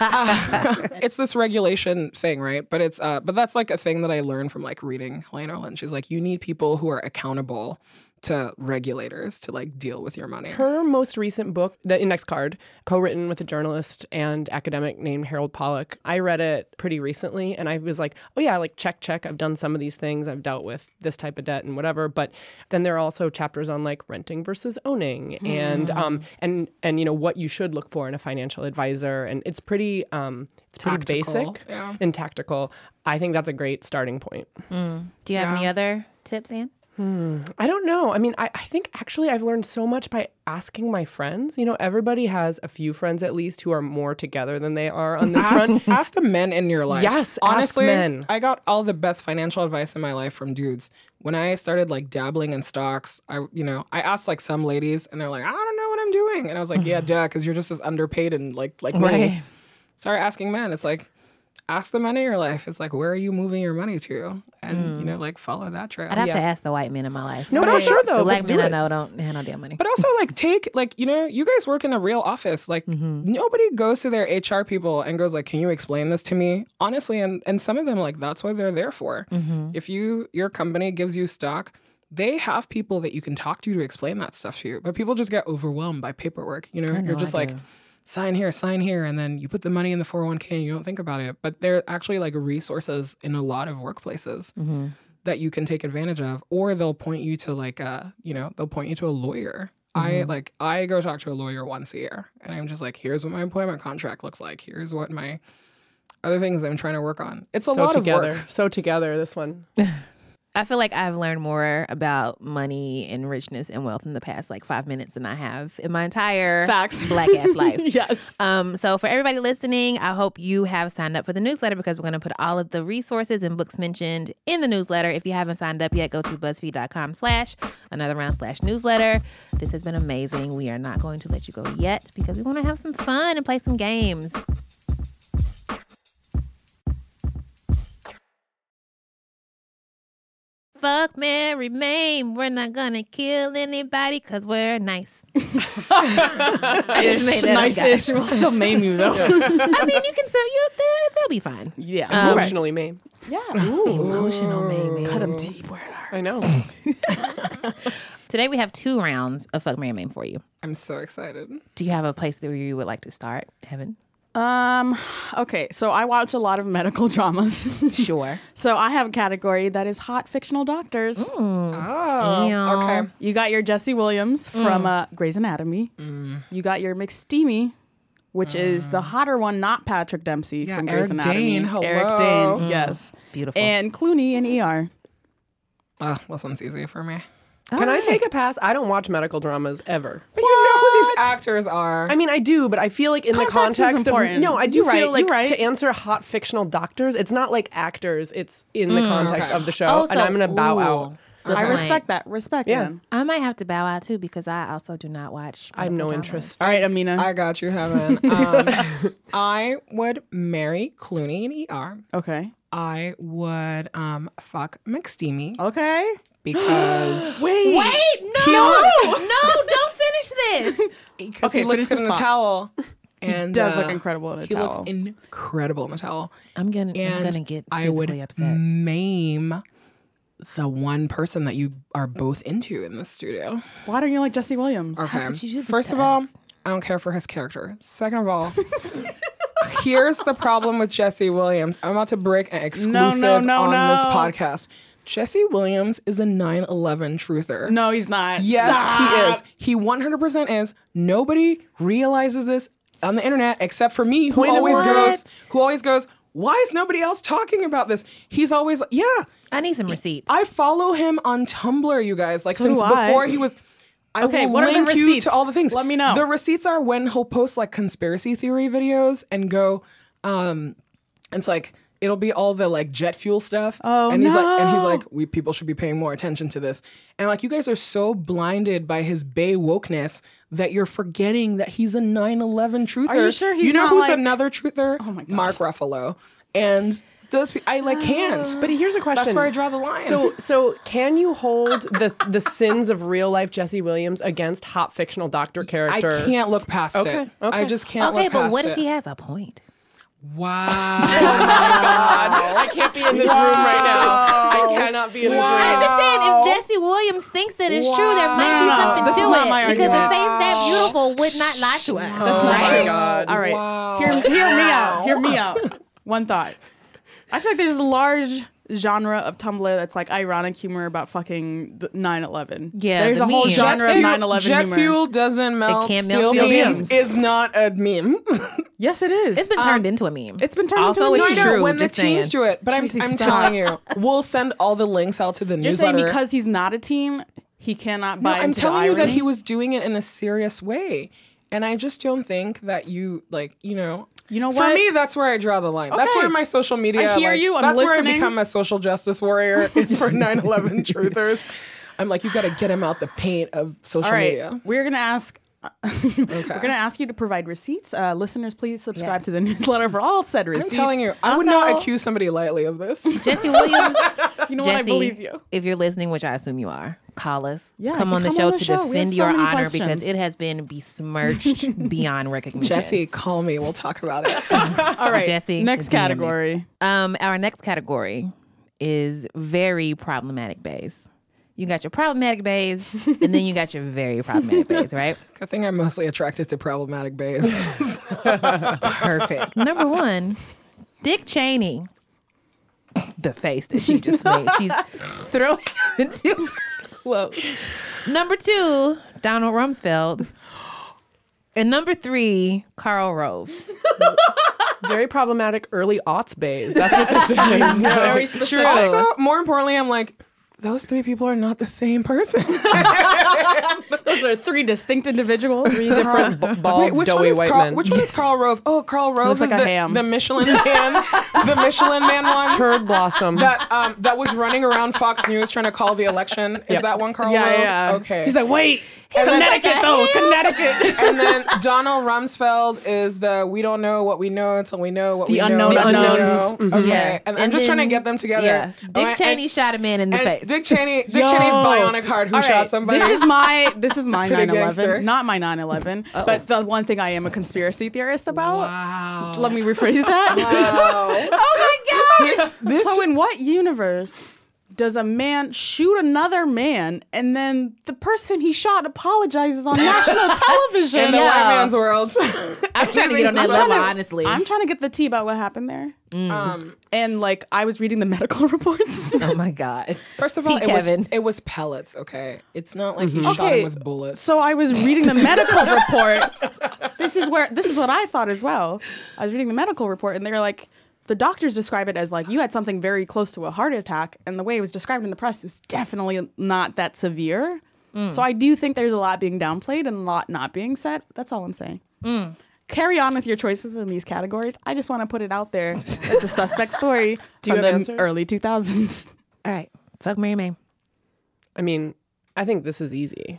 [SPEAKER 1] Uh, it's this regulation thing, right? But it's uh, but that's like a thing that I learned from like reading Helene Olin. She's like, you need people who are accountable to regulators to like deal with your money.
[SPEAKER 4] Her most recent book, The Index Card, co written with a journalist and academic named Harold Pollack, I read it pretty recently and I was like, oh yeah, like check, check. I've done some of these things. I've dealt with this type of debt and whatever. But then there are also chapters on like renting versus owning and, um, and, and, you know, what you should look for in a financial advisor. And it's pretty, um, it's pretty
[SPEAKER 1] Tactical,
[SPEAKER 4] basic
[SPEAKER 1] yeah.
[SPEAKER 4] and tactical. I think that's a great starting point.
[SPEAKER 3] Do you have any other tips, Anne?
[SPEAKER 4] I don't know. I mean, I, I think actually I've learned so much by asking my friends. You know, everybody has a few friends at least who are more together than they are on this front.
[SPEAKER 1] Ask, ask the men in your life.
[SPEAKER 4] Yes, ask
[SPEAKER 1] honestly,
[SPEAKER 4] men.
[SPEAKER 1] I got all the best financial advice in my life from dudes. When I started like dabbling in stocks, I you know I asked like some ladies, and they're like, I don't know what I'm doing, and I was like, Yeah, duh, because you're just as underpaid and like like me. Start asking men. It's like ask the men in your life. It's like where are you moving your money to, and
[SPEAKER 4] Hmm.
[SPEAKER 1] you know like follow that trail.
[SPEAKER 3] I'd have to ask the white men in my life.
[SPEAKER 4] No, but I'm sure though.
[SPEAKER 3] the
[SPEAKER 4] but
[SPEAKER 3] black
[SPEAKER 4] do
[SPEAKER 3] men I
[SPEAKER 4] it.
[SPEAKER 3] know don't handle their money.
[SPEAKER 1] But also, like, take like you know, you guys work in a real office. Like, nobody goes to their HR people and goes like, "Can you explain this to me?" Honestly, and and some of them like that's what they're there for. If you your company gives you stock, they have people that you can talk to to explain that stuff to you. But people just get overwhelmed by paperwork. You know, you're just like. Sign here, sign here, and then you put the money in the 401k and you don't think about it. But they're actually like resources in a lot of workplaces that you can take advantage of or they'll point you to like a you know they'll point you to a lawyer i like i go talk to a lawyer once a year and i'm just like here's what my employment contract looks like here's what my other things I'm trying to work on. It's a
[SPEAKER 4] So
[SPEAKER 1] lot
[SPEAKER 4] together.
[SPEAKER 1] of work.
[SPEAKER 4] So together, this one.
[SPEAKER 3] I feel like I've learned more about money and richness and wealth in the past like five minutes than I have in my entire
[SPEAKER 2] Facts.
[SPEAKER 3] black ass life.
[SPEAKER 2] Yes.
[SPEAKER 3] Um, so for everybody listening, I hope you have signed up for the newsletter because we're going to put all of the resources and books mentioned in the newsletter. If you haven't signed up yet, go to buzzfeed.com slash another round slash newsletter. This has been amazing. We are not going to let you go yet because we want to have some fun and play some games. Fuck, Mary, Maine. We're not gonna kill anybody because we're nice. I just made that up,
[SPEAKER 2] nice
[SPEAKER 3] guys.
[SPEAKER 2] ish. We'll still maim you though.
[SPEAKER 3] I mean, you can still you they'll, they'll be fine.
[SPEAKER 2] yeah.
[SPEAKER 3] Um,
[SPEAKER 4] Emotionally, me.
[SPEAKER 3] Emotional, maybe.
[SPEAKER 2] Cut him deep. Where it
[SPEAKER 4] I know.
[SPEAKER 3] Today we have two rounds of fuck Mary Maine for you.
[SPEAKER 1] I'm so excited.
[SPEAKER 3] Do you have a place where you would like to start, Heaven?
[SPEAKER 2] Um. Okay. So I watch a lot of medical dramas.
[SPEAKER 3] Sure.
[SPEAKER 2] so I have a category that is hot fictional doctors.
[SPEAKER 1] Oh,
[SPEAKER 3] Yeah.
[SPEAKER 1] okay.
[SPEAKER 2] You got your Jesse Williams from uh, Grey's Anatomy. You got your McSteamy, which is the hotter one, not Patrick Dempsey
[SPEAKER 1] Yeah,
[SPEAKER 2] from
[SPEAKER 1] Eric
[SPEAKER 2] Grey's Anatomy.
[SPEAKER 1] Dane,
[SPEAKER 2] Eric
[SPEAKER 1] hello.
[SPEAKER 2] Dane, yes.
[SPEAKER 3] Beautiful.
[SPEAKER 2] And Clooney in ER.
[SPEAKER 1] Oh, this one's easy for me.
[SPEAKER 4] Can I take a pass? I don't watch medical dramas ever.
[SPEAKER 1] But you know who these actors are.
[SPEAKER 4] I mean, I do, but I feel like in
[SPEAKER 2] Context is
[SPEAKER 4] the context
[SPEAKER 2] important.
[SPEAKER 4] of no, I do
[SPEAKER 2] You're right,
[SPEAKER 4] feel like
[SPEAKER 2] you're right.
[SPEAKER 4] to answer hot fictional doctors, it's not like actors. It's in
[SPEAKER 2] Mm,
[SPEAKER 4] the context
[SPEAKER 1] okay.
[SPEAKER 4] of the show,
[SPEAKER 3] Oh,
[SPEAKER 4] and
[SPEAKER 3] so-
[SPEAKER 4] I'm gonna bow
[SPEAKER 3] ooh,
[SPEAKER 4] out.
[SPEAKER 3] good
[SPEAKER 2] I
[SPEAKER 3] point.
[SPEAKER 2] respect that. Respect
[SPEAKER 4] Yeah.
[SPEAKER 2] them.
[SPEAKER 3] I might have to bow out too because I also do not watch.
[SPEAKER 4] I have no
[SPEAKER 3] medical
[SPEAKER 4] interest.
[SPEAKER 2] All right, Amina.
[SPEAKER 1] I got you, Heaven. Um, I would marry Clooney in ER.
[SPEAKER 2] okay.
[SPEAKER 1] I would um, fuck McSteamy
[SPEAKER 2] Okay.
[SPEAKER 1] because
[SPEAKER 2] Wait.
[SPEAKER 3] dramas. Wait, no, no, don't finish this.
[SPEAKER 1] because
[SPEAKER 2] Okay,
[SPEAKER 1] he looks
[SPEAKER 2] finish
[SPEAKER 1] good
[SPEAKER 2] this
[SPEAKER 1] in a
[SPEAKER 2] thought.
[SPEAKER 1] towel. And
[SPEAKER 2] does
[SPEAKER 1] uh,
[SPEAKER 2] look incredible in a
[SPEAKER 1] he
[SPEAKER 2] towel.
[SPEAKER 1] looks incredible in a towel.
[SPEAKER 3] I'm gonna, I'm
[SPEAKER 1] And
[SPEAKER 3] gonna get
[SPEAKER 1] I would
[SPEAKER 3] physically upset.
[SPEAKER 1] maim the one person that you are both into in this studio.
[SPEAKER 2] Why don't you like Jesse Williams?
[SPEAKER 1] Okay.
[SPEAKER 3] could you do this
[SPEAKER 1] First
[SPEAKER 3] to
[SPEAKER 1] of all,
[SPEAKER 3] us?
[SPEAKER 1] I don't care for his character. Second of all, here's the problem with Jesse Williams. I'm about to break an exclusive
[SPEAKER 2] no,
[SPEAKER 1] on this
[SPEAKER 2] no.
[SPEAKER 1] podcast. Jesse Williams is a 9 11 truther.
[SPEAKER 2] No, he's not.
[SPEAKER 1] Yes,
[SPEAKER 2] Stop.
[SPEAKER 1] he is. He 100% is. Nobody realizes this on the internet except for me, who
[SPEAKER 4] of
[SPEAKER 1] always
[SPEAKER 4] what?
[SPEAKER 1] goes, who always goes, why is nobody else talking about this? He's always, yeah.
[SPEAKER 3] I need some receipts.
[SPEAKER 1] I follow him on Tumblr, you guys. Like
[SPEAKER 2] So
[SPEAKER 1] since
[SPEAKER 2] do I.
[SPEAKER 1] before he was. I
[SPEAKER 2] Okay,
[SPEAKER 1] will
[SPEAKER 2] what are the
[SPEAKER 1] link you
[SPEAKER 2] receipts?
[SPEAKER 1] to all the things.
[SPEAKER 2] Let me know.
[SPEAKER 1] The receipts are when he'll post like conspiracy theory videos and go, um, it's like it'll be all the like jet fuel stuff.
[SPEAKER 2] Oh,
[SPEAKER 1] and he's like, and he's
[SPEAKER 2] no.
[SPEAKER 1] like, we people should be paying more attention to this. And like, you guys are so blinded by his bay wokeness that you're forgetting that he's a 9/11 truther.
[SPEAKER 2] Are you sure he's
[SPEAKER 1] know
[SPEAKER 2] not,
[SPEAKER 1] who's
[SPEAKER 2] like-
[SPEAKER 1] another truther? Oh
[SPEAKER 2] my God.
[SPEAKER 1] Mark Ruffalo. And those pe- I like can't.
[SPEAKER 4] But here's a question.
[SPEAKER 1] That's where I draw the line.
[SPEAKER 4] So, so can you hold the the sins of real life Jesse Williams against hot fictional doctor
[SPEAKER 1] I
[SPEAKER 4] character?
[SPEAKER 1] can't look past
[SPEAKER 4] Okay,
[SPEAKER 1] it.
[SPEAKER 4] okay.
[SPEAKER 1] I just can't
[SPEAKER 3] okay,
[SPEAKER 1] look past
[SPEAKER 3] but what
[SPEAKER 1] it.
[SPEAKER 3] if he has a point?
[SPEAKER 1] Wow.
[SPEAKER 4] I can't be in this room right now. I cannot be in this
[SPEAKER 3] I'm
[SPEAKER 4] room.
[SPEAKER 3] just saying, if Jesse Williams thinks that it's true, there might
[SPEAKER 2] No, no,
[SPEAKER 3] be
[SPEAKER 2] no.
[SPEAKER 3] something
[SPEAKER 2] This
[SPEAKER 3] to
[SPEAKER 2] is not
[SPEAKER 3] it
[SPEAKER 2] my
[SPEAKER 3] because the
[SPEAKER 2] argument.
[SPEAKER 3] face that beautiful would not lie to
[SPEAKER 2] That's
[SPEAKER 3] us.
[SPEAKER 2] not
[SPEAKER 4] Oh my
[SPEAKER 2] true.
[SPEAKER 4] God.
[SPEAKER 2] All right.
[SPEAKER 1] Wow.
[SPEAKER 2] Hear, hear me out. Hear me out. One thought. I feel like there's a large genre of Tumblr that's like ironic humor about fucking the 9/11.
[SPEAKER 3] Yeah,
[SPEAKER 2] There's
[SPEAKER 3] the
[SPEAKER 2] a whole
[SPEAKER 3] memes.
[SPEAKER 2] genre of
[SPEAKER 1] Fuel-
[SPEAKER 2] 9/11
[SPEAKER 1] jet
[SPEAKER 2] humor.
[SPEAKER 1] fuel doesn't melt.
[SPEAKER 3] can't
[SPEAKER 1] steel
[SPEAKER 3] melt steel
[SPEAKER 1] beams
[SPEAKER 2] beams.
[SPEAKER 1] is not a meme.
[SPEAKER 2] Yes, it is.
[SPEAKER 3] It's been
[SPEAKER 2] Um,
[SPEAKER 3] turned into a meme.
[SPEAKER 2] It's been turned
[SPEAKER 3] Also,
[SPEAKER 2] into a
[SPEAKER 3] it's
[SPEAKER 2] meme.
[SPEAKER 3] true.
[SPEAKER 1] No, when the
[SPEAKER 3] just
[SPEAKER 1] teens
[SPEAKER 3] saying.
[SPEAKER 1] do it, but I'm,
[SPEAKER 2] Tracy,
[SPEAKER 1] I'm
[SPEAKER 2] stop.
[SPEAKER 1] telling you, we'll send all the links out to the
[SPEAKER 2] You're saying
[SPEAKER 1] newsletter.
[SPEAKER 2] because he's not a teen, he cannot
[SPEAKER 1] No,
[SPEAKER 2] buy
[SPEAKER 1] I'm
[SPEAKER 2] into
[SPEAKER 1] telling
[SPEAKER 2] the
[SPEAKER 1] you that
[SPEAKER 2] irony?
[SPEAKER 1] he was doing it in a serious way, and I just don't think that you like you know.
[SPEAKER 2] You know
[SPEAKER 1] For
[SPEAKER 2] what?
[SPEAKER 1] me, that's where I draw the line. That's
[SPEAKER 2] Okay.
[SPEAKER 1] where my social media.
[SPEAKER 2] I hear
[SPEAKER 1] like,
[SPEAKER 2] you. I'm
[SPEAKER 1] that's where I
[SPEAKER 2] listening.
[SPEAKER 1] become a social justice warrior. It's for 9/11 truthers. I'm like, you got to get him out the paint of social
[SPEAKER 2] All right.
[SPEAKER 1] media.
[SPEAKER 2] We're going to ask. We're going to ask you to provide receipts. Uh, listeners, please subscribe to the newsletter for all said
[SPEAKER 1] I'm
[SPEAKER 2] receipts.
[SPEAKER 1] telling you, I would not
[SPEAKER 3] Also-
[SPEAKER 1] accuse somebody lightly of this.
[SPEAKER 3] Jesse Williams.
[SPEAKER 2] You know
[SPEAKER 3] Jesse,
[SPEAKER 2] what? I believe you.
[SPEAKER 3] If you're listening, which I assume you are, call us.
[SPEAKER 2] Yeah,
[SPEAKER 3] come
[SPEAKER 2] you
[SPEAKER 3] on the
[SPEAKER 2] come
[SPEAKER 3] show
[SPEAKER 2] on the
[SPEAKER 3] to
[SPEAKER 2] show. We
[SPEAKER 3] defend
[SPEAKER 2] have so
[SPEAKER 3] your
[SPEAKER 2] many
[SPEAKER 3] honor because
[SPEAKER 2] questions.
[SPEAKER 3] it has been besmirched beyond recognition.
[SPEAKER 1] Jesse, call me. We'll talk about it.
[SPEAKER 2] All right.
[SPEAKER 3] Jesse,
[SPEAKER 2] Next
[SPEAKER 3] it's me, Emily.
[SPEAKER 2] category.
[SPEAKER 3] Um, our next category is very problematic bays. You got your problematic bays, and then you got your very problematic bays, right?
[SPEAKER 1] Good thing I'm mostly attracted to problematic bays.
[SPEAKER 3] Perfect. Number one, Dick Cheney. The face that she just made. She's throwing into. Whoa. Number two, Donald Rumsfeld. And number three, Karl Rove.
[SPEAKER 4] very problematic early aughts bays. That's what this is.
[SPEAKER 6] Very specific.
[SPEAKER 1] Also, more importantly, I'm like, those three people are not the same person.
[SPEAKER 2] Those are three distinct individuals.
[SPEAKER 4] Three different b- bald,
[SPEAKER 1] Wait, which one
[SPEAKER 4] doughy
[SPEAKER 1] is
[SPEAKER 4] white
[SPEAKER 1] Carl?
[SPEAKER 4] men.
[SPEAKER 1] Which one is Carl Rove? Oh, Carl Rove is
[SPEAKER 2] Looks like a
[SPEAKER 1] the,
[SPEAKER 2] ham.
[SPEAKER 1] the Michelin man, the Michelin man one.
[SPEAKER 4] Turd blossom.
[SPEAKER 1] that um, that was running around Fox News trying to call the election. Is that one Carl
[SPEAKER 2] Yeah,
[SPEAKER 1] Rove?
[SPEAKER 2] yeah.
[SPEAKER 1] Okay.
[SPEAKER 2] He's like, wait, Connecticut though, Connecticut.
[SPEAKER 1] and then Donald Rumsfeld is the we don't know what we know until we know what
[SPEAKER 2] The
[SPEAKER 1] we
[SPEAKER 2] unknown
[SPEAKER 1] know. until we
[SPEAKER 2] unknowns. Mm-hmm.
[SPEAKER 1] know. Okay.
[SPEAKER 3] Yeah.
[SPEAKER 1] And, I'm just
[SPEAKER 3] then-
[SPEAKER 1] trying to get them together.
[SPEAKER 3] Yeah. Dick
[SPEAKER 1] All right,
[SPEAKER 3] Cheney
[SPEAKER 1] and-
[SPEAKER 3] shot a man in the
[SPEAKER 1] and
[SPEAKER 3] face.
[SPEAKER 1] Dick Cheney, Dick
[SPEAKER 2] Yo.
[SPEAKER 1] Cheney's bionic heart who
[SPEAKER 2] All
[SPEAKER 1] shot
[SPEAKER 2] right,
[SPEAKER 1] somebody.
[SPEAKER 2] This is my this is my
[SPEAKER 1] pretty
[SPEAKER 2] 9/11,
[SPEAKER 1] gangster.
[SPEAKER 2] not my 9/11, but the one thing I am a conspiracy theorist about. Let me rephrase that.
[SPEAKER 1] uh,
[SPEAKER 3] oh my god!
[SPEAKER 1] this, this
[SPEAKER 2] so in what universe does a man shoot another man and then the person he shot apologizes on national television?
[SPEAKER 1] in the
[SPEAKER 3] Yeah.
[SPEAKER 1] white man's world.
[SPEAKER 3] I'm trying to get on that
[SPEAKER 2] trying
[SPEAKER 3] level,
[SPEAKER 2] to-
[SPEAKER 3] honestly.
[SPEAKER 2] I'm trying to get the tea about what happened there.
[SPEAKER 1] um,
[SPEAKER 2] And like I was reading the medical reports.
[SPEAKER 3] oh my god.
[SPEAKER 1] first of all,
[SPEAKER 3] Pete
[SPEAKER 1] it was,
[SPEAKER 3] Kevin.
[SPEAKER 1] it was pellets. Okay, it's not like he shot him with bullets.
[SPEAKER 2] So I was reading the medical report. This is where this is what I thought as well. I was reading the medical report and they were like the doctors describe it as like you had something very close to a heart attack and the way it was described in the press was definitely not that severe. So I do think there's a lot being downplayed and a lot not being said. That's all I'm saying. Carry on with your choices in these categories. I just want to put it out there. It's a suspect story
[SPEAKER 4] you
[SPEAKER 2] from the
[SPEAKER 4] have answers?
[SPEAKER 2] early 2000s.
[SPEAKER 3] All right. Fuck Mary May.
[SPEAKER 4] I mean, I think this is easy.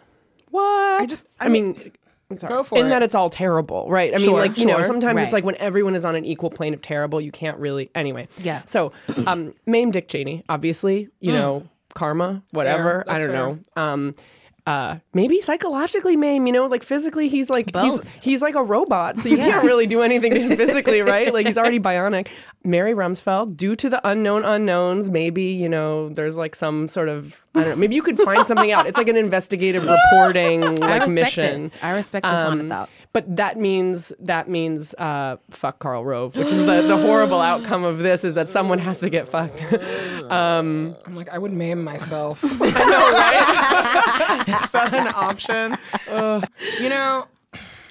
[SPEAKER 2] What?
[SPEAKER 1] just-
[SPEAKER 4] I mean, I'm sorry.
[SPEAKER 1] Go for
[SPEAKER 4] in
[SPEAKER 1] it.
[SPEAKER 4] that it's all terrible, right? I mean,
[SPEAKER 2] Sure,
[SPEAKER 4] like you know,
[SPEAKER 2] sure.
[SPEAKER 4] sometimes
[SPEAKER 3] Right.
[SPEAKER 4] it's like when everyone is on an equal plane of terrible, you can't really. Anyway,
[SPEAKER 3] Yeah.
[SPEAKER 4] So, um, Mame Dick Cheney, obviously, you know, karma, whatever. I
[SPEAKER 1] That's
[SPEAKER 4] don't know. Um, uh, maybe psychologically Mame, you know, like physically he's like
[SPEAKER 3] Both.
[SPEAKER 4] he's he's like a robot, so you can't really do anything to him physically, right? Like he's already bionic. Mary Rumsfeld, due to the unknown unknowns, maybe you know there's like some sort of I don't know. Maybe you could find something out. It's like an investigative reporting
[SPEAKER 3] I
[SPEAKER 4] like
[SPEAKER 3] respect
[SPEAKER 4] mission.
[SPEAKER 3] this. I respect this line of
[SPEAKER 4] Um,
[SPEAKER 3] thought.
[SPEAKER 4] But that means that means uh, fuck Carl Rove, which is the, the horrible outcome of this is that someone has to get fucked. um,
[SPEAKER 1] I'm like, I would maim myself. I know, right? Is that an option? You know,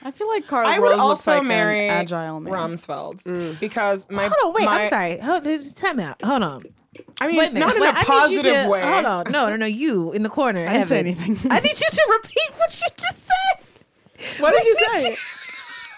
[SPEAKER 2] I feel like Carl
[SPEAKER 1] I would
[SPEAKER 2] Rose looks
[SPEAKER 1] also
[SPEAKER 2] like an
[SPEAKER 1] marry
[SPEAKER 2] agile man.
[SPEAKER 1] Rumsfeld because my.
[SPEAKER 3] Hold on, wait.
[SPEAKER 1] my-
[SPEAKER 3] I'm sorry. Hold, just time out. Hold on.
[SPEAKER 1] I mean,
[SPEAKER 3] Wait a minute.
[SPEAKER 1] not in
[SPEAKER 3] Wait,
[SPEAKER 1] a
[SPEAKER 3] I need you
[SPEAKER 1] positive
[SPEAKER 3] to-
[SPEAKER 1] way.
[SPEAKER 3] Hold on. No, no, no. You in the corner. I
[SPEAKER 2] didn't say anything.
[SPEAKER 3] I need you to repeat what you just said.
[SPEAKER 4] what did you
[SPEAKER 3] did
[SPEAKER 4] say?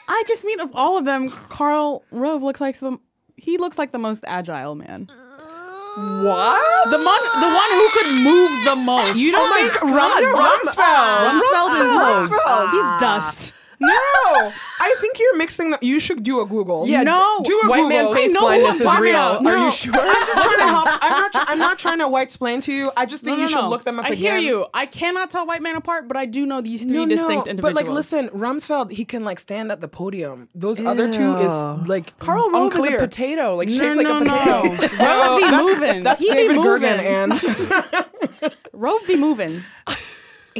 [SPEAKER 2] I just mean of all of them, Carl Rove looks like the he looks like the most agile man.
[SPEAKER 1] What?
[SPEAKER 2] The mon- the one who could move the most.
[SPEAKER 1] you don't think Rumsfeld?
[SPEAKER 2] Rumsfeld.
[SPEAKER 1] Rumsfeld.
[SPEAKER 2] Rumsfeld is
[SPEAKER 1] Rumsfeld.
[SPEAKER 2] he's dust.
[SPEAKER 1] no, I think you're mixing them. You should do a Google.
[SPEAKER 2] Yeah, No.
[SPEAKER 1] do a
[SPEAKER 4] White
[SPEAKER 1] Google.
[SPEAKER 4] man face
[SPEAKER 2] know who
[SPEAKER 4] blindness
[SPEAKER 2] I'm
[SPEAKER 4] is
[SPEAKER 2] talking
[SPEAKER 4] real.
[SPEAKER 2] about.
[SPEAKER 4] Are
[SPEAKER 2] No.
[SPEAKER 4] you sure?
[SPEAKER 1] I'm just trying to help. I'm not. try- I'm not trying to white splain to you. I just think
[SPEAKER 2] No,
[SPEAKER 1] you
[SPEAKER 2] no,
[SPEAKER 1] should
[SPEAKER 2] no.
[SPEAKER 1] look them up
[SPEAKER 2] I
[SPEAKER 1] again.
[SPEAKER 2] hear you. I cannot tell white man apart, but I do know these three distinct
[SPEAKER 1] But
[SPEAKER 2] individuals.
[SPEAKER 1] like, listen, Rumsfeld, he can like stand at the podium. Those other two is like
[SPEAKER 4] Carl Rove
[SPEAKER 1] unclear.
[SPEAKER 4] is a potato, like
[SPEAKER 2] No,
[SPEAKER 4] shaped
[SPEAKER 2] no,
[SPEAKER 4] like a
[SPEAKER 2] no.
[SPEAKER 4] potato.
[SPEAKER 2] Rove be moving.
[SPEAKER 1] Oh, That's
[SPEAKER 2] he
[SPEAKER 1] David
[SPEAKER 2] be moving.
[SPEAKER 1] Gergen, and
[SPEAKER 2] Rove be moving.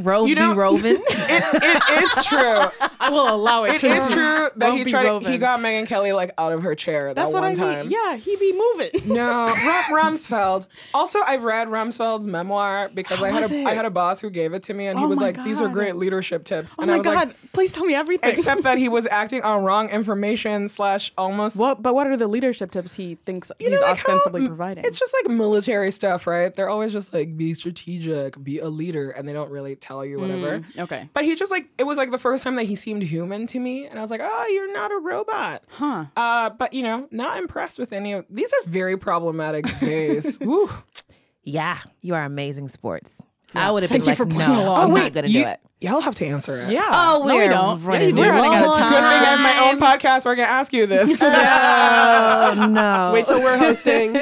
[SPEAKER 3] Rove
[SPEAKER 1] You know-
[SPEAKER 3] be roving.
[SPEAKER 1] it is true.
[SPEAKER 2] I will allow it.
[SPEAKER 1] It is
[SPEAKER 2] to-
[SPEAKER 1] true that
[SPEAKER 2] Rove
[SPEAKER 1] he
[SPEAKER 2] be
[SPEAKER 1] tried.
[SPEAKER 2] roving.
[SPEAKER 1] He got Megan Kelly like out of her chair
[SPEAKER 2] That's
[SPEAKER 1] that
[SPEAKER 2] what
[SPEAKER 1] one
[SPEAKER 2] I
[SPEAKER 1] time.
[SPEAKER 2] mean. Yeah, he be moving.
[SPEAKER 1] No, Rum- Rumsfeld. Also, I've read Rumsfeld's memoir because I had
[SPEAKER 2] was
[SPEAKER 1] a I
[SPEAKER 2] it?
[SPEAKER 1] had a boss who gave it to me, and he
[SPEAKER 2] Oh
[SPEAKER 1] was
[SPEAKER 2] my
[SPEAKER 1] like, "These are
[SPEAKER 2] God.
[SPEAKER 1] great leadership tips."
[SPEAKER 2] Oh
[SPEAKER 1] and I
[SPEAKER 2] my
[SPEAKER 1] was
[SPEAKER 2] god!
[SPEAKER 1] like,
[SPEAKER 2] Please tell me everything.
[SPEAKER 1] except that he was acting on wrong information slash almost
[SPEAKER 2] What? But what are the leadership tips he thinks
[SPEAKER 1] You know,
[SPEAKER 2] he's
[SPEAKER 1] like how-
[SPEAKER 2] ostensibly
[SPEAKER 1] m-
[SPEAKER 2] providing?
[SPEAKER 1] It's just like military stuff, right? They're always just like be strategic, be a leader, and they don't really tell you whatever.
[SPEAKER 2] Mm, okay.
[SPEAKER 1] But he just like it was like the first time that he seemed human to me, and I was like, oh, you're not a robot, huh? Uh, but you know, not impressed with any of these are very problematic days. Woo.
[SPEAKER 3] yeah, you are amazing sports. I would have been
[SPEAKER 2] Thank you
[SPEAKER 3] like,
[SPEAKER 2] for
[SPEAKER 3] no,
[SPEAKER 2] putting along.
[SPEAKER 3] I'm
[SPEAKER 2] Oh,
[SPEAKER 3] not gonna
[SPEAKER 1] you,
[SPEAKER 3] do it.
[SPEAKER 1] Y'all have to answer it.
[SPEAKER 4] Yeah.
[SPEAKER 3] Oh,
[SPEAKER 2] we
[SPEAKER 3] we're
[SPEAKER 2] don't. Yeah,
[SPEAKER 3] running
[SPEAKER 2] you do.
[SPEAKER 3] low
[SPEAKER 2] We're running out of
[SPEAKER 3] on
[SPEAKER 1] Good thing I have my own podcast where I can ask you this.
[SPEAKER 3] Oh no.
[SPEAKER 4] Wait till we're hosting.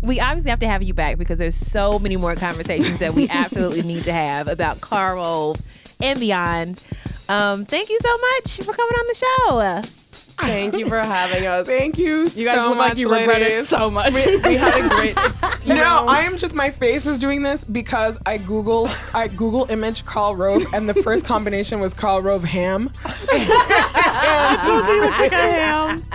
[SPEAKER 3] we obviously have to have you back because there's so many more conversations that we absolutely need to have about Carl Rove and beyond. Um, thank you so much for coming on the show.
[SPEAKER 4] Thank you for having us.
[SPEAKER 1] Thank you.
[SPEAKER 2] You guys
[SPEAKER 1] so
[SPEAKER 2] look
[SPEAKER 1] much,
[SPEAKER 2] like you regret it
[SPEAKER 1] ladies.
[SPEAKER 2] so much.
[SPEAKER 4] We had a great. it's- you
[SPEAKER 1] No,
[SPEAKER 4] know,
[SPEAKER 1] I am just my face is doing this because I Google I Google image Carl Rove and the first combination was Carl Rove ham.
[SPEAKER 2] Like I am.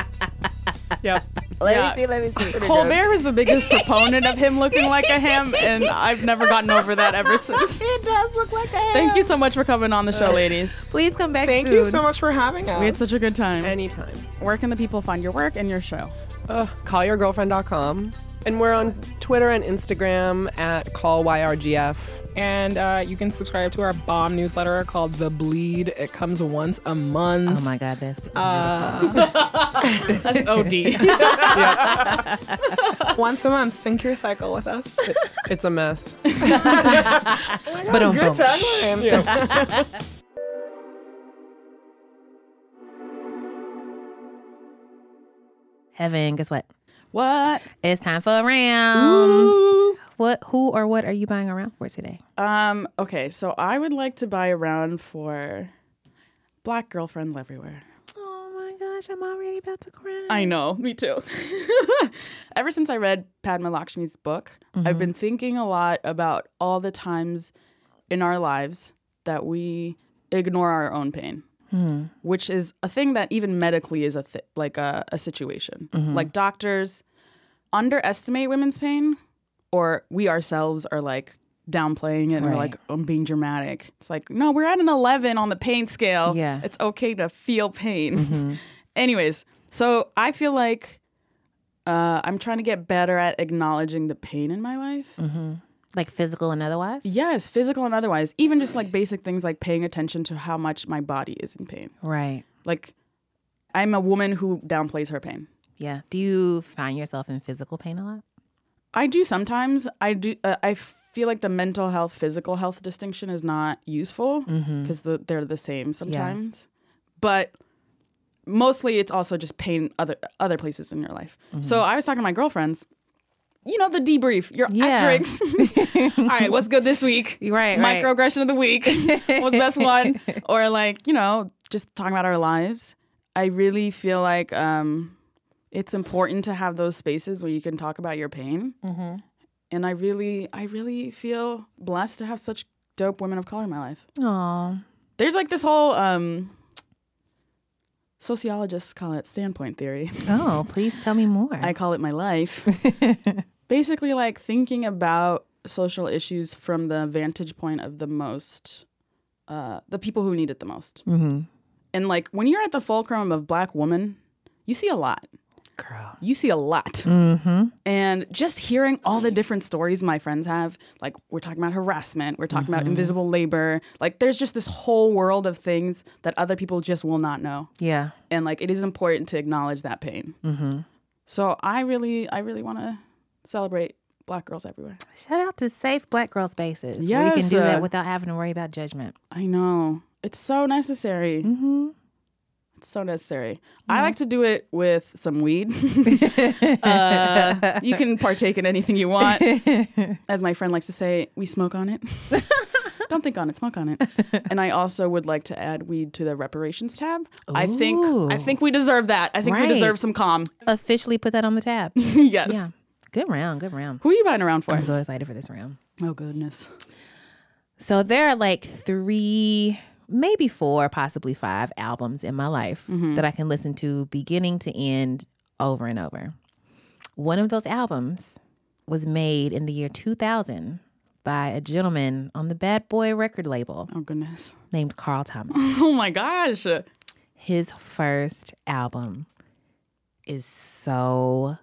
[SPEAKER 4] Yep.
[SPEAKER 3] Let
[SPEAKER 2] Yeah.
[SPEAKER 3] me see. Let me see.
[SPEAKER 2] Colbert was the biggest proponent of him looking like a him, and I've never gotten over that ever since.
[SPEAKER 3] It does look like a hell.
[SPEAKER 2] Thank you so much for coming on the show, ladies.
[SPEAKER 3] Please come back.
[SPEAKER 1] Thank you so much for having us.
[SPEAKER 2] We had such a good time.
[SPEAKER 4] Anytime.
[SPEAKER 2] Where can the people find your work and your show?
[SPEAKER 4] Uh, callyourgirlfriend.com. And we're on Twitter and Instagram at callyRGF.
[SPEAKER 1] and uh, you can subscribe to our bomb newsletter called The Bleed. It comes once a month.
[SPEAKER 3] Oh my God, that's
[SPEAKER 2] Uh, That's OD.
[SPEAKER 1] once a month, sync your cycle with us.
[SPEAKER 4] It's a mess.
[SPEAKER 3] but on
[SPEAKER 1] Good time.
[SPEAKER 3] heaven. Guess what?
[SPEAKER 2] what?
[SPEAKER 3] It's time for rounds. What? Who or what are you buying around for today?
[SPEAKER 2] Um, okay, so I would like to buy a round for black girlfriends everywhere.
[SPEAKER 3] Oh my gosh, I'm already about to cry.
[SPEAKER 2] I know, me too. Ever since I read Padma Lakshmi's book, I've been thinking a lot about all the times in our lives that we ignore our own pain, which is a thing that even medically is a th- like a, a situation.
[SPEAKER 3] Mm-hmm.
[SPEAKER 2] Like doctors underestimate women's pain, or we ourselves are like downplaying it and we're
[SPEAKER 3] Right.
[SPEAKER 2] like, I'm being dramatic. It's like, no, we're at an 11 on the pain scale.
[SPEAKER 3] Yeah. Mm-hmm.
[SPEAKER 2] It's okay to feel pain. Anyways, so I feel like uh, I'm trying to get better at acknowledging the pain in my life.
[SPEAKER 3] Mm. Like physical and otherwise.
[SPEAKER 2] Yes, physical and otherwise. Even just like basic things like paying attention to how much my body is in pain.
[SPEAKER 3] Right.
[SPEAKER 2] Like, I'm a woman who downplays her pain.
[SPEAKER 3] Yeah. Do you find yourself in physical pain a lot?
[SPEAKER 2] I do sometimes. I do. Uh, I feel like the mental health, physical health distinction is not useful because the, they're the same sometimes. But mostly, it's also just pain other other places in your life. So I was talking to my girlfriends. You know the debrief. You're
[SPEAKER 3] Yeah.
[SPEAKER 2] at drinks. All right, what's good this week?
[SPEAKER 3] Right, right.
[SPEAKER 2] Microaggression of the week was best one, or like you know, just talking about our lives. I really feel like um, it's important to have those spaces where you can talk about your pain.
[SPEAKER 3] Mm-hmm.
[SPEAKER 2] And I really, I really feel blessed to have such dope women of color in my life.
[SPEAKER 3] Oh,
[SPEAKER 2] There's like this whole um, sociologists call it standpoint theory.
[SPEAKER 3] oh, please tell me more.
[SPEAKER 2] I call it my life. Basically, like thinking about social issues from the vantage point of the most, uh, the people who need it the most.
[SPEAKER 3] mm-hmm.
[SPEAKER 2] And like when you're at the fulcrum of black woman, you see a lot.
[SPEAKER 3] Girl.
[SPEAKER 2] You see a lot.
[SPEAKER 3] Mm-hmm.
[SPEAKER 2] And just hearing all the different stories my friends have, like we're talking about harassment, we're talking about
[SPEAKER 3] Mm-hmm.
[SPEAKER 2] invisible labor, like there's just this whole world of things that other people just will not know.
[SPEAKER 3] Yeah.
[SPEAKER 2] And like it is important to acknowledge that pain.
[SPEAKER 3] Mhm.
[SPEAKER 2] So I really, I really want to celebrate black girls everywhere.
[SPEAKER 3] Shout out to safe black girl spaces where you can
[SPEAKER 2] Yes,
[SPEAKER 3] do that
[SPEAKER 2] uh,
[SPEAKER 3] without having to worry about judgment.
[SPEAKER 2] I know. It's so necessary.
[SPEAKER 3] Mm-hmm.
[SPEAKER 2] It's so necessary. I like to do it with some weed. uh, you can partake in anything you want. As my friend likes to say, we smoke on it. Don't think on it, smoke on it. And I also would like to add weed to the reparations tab. I think I
[SPEAKER 3] Ooh.
[SPEAKER 2] think we deserve that. I think
[SPEAKER 3] Right.
[SPEAKER 2] we deserve some calm.
[SPEAKER 3] Officially put that on the tab.
[SPEAKER 2] yes.
[SPEAKER 3] yeah. Good round. Good round.
[SPEAKER 2] Who are you buying around for?
[SPEAKER 3] I'm so excited for this round.
[SPEAKER 2] Oh goodness.
[SPEAKER 3] So there are like three, maybe four, possibly five albums in my life
[SPEAKER 2] Mm-hmm.
[SPEAKER 3] that I can listen to beginning to end over and over. One of those albums was made in the year 2000 by a gentleman on the Bad Boy record label
[SPEAKER 2] Oh goodness.
[SPEAKER 3] named Carl Thomas.
[SPEAKER 2] Oh my gosh.
[SPEAKER 3] His first album is so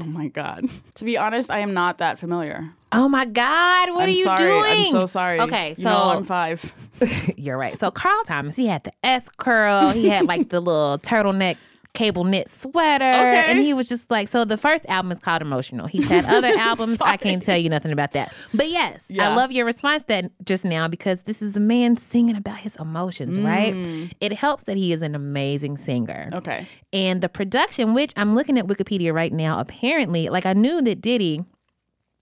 [SPEAKER 2] Oh my god. To be honest, I am not that familiar.
[SPEAKER 3] Oh my God, what
[SPEAKER 2] I'm
[SPEAKER 3] are you
[SPEAKER 2] sorry.
[SPEAKER 3] doing?
[SPEAKER 2] I'm so sorry.
[SPEAKER 3] Okay,
[SPEAKER 2] You know
[SPEAKER 3] so-
[SPEAKER 2] I'm five.
[SPEAKER 3] You're right. So Carl Thomas, he had the S curl. He had like the little turtleneck cable knit sweater. And he was just like, so the first album is called Emotional. He's had other albums. I can't tell you nothing about that. But yes, I
[SPEAKER 2] Yeah.
[SPEAKER 3] love your response that just now because this is a man singing about his emotions, right? It helps that he is an amazing singer.
[SPEAKER 2] Mm. Okay.
[SPEAKER 3] And the production, which I'm looking at Wikipedia right now, apparently, like I knew that Diddy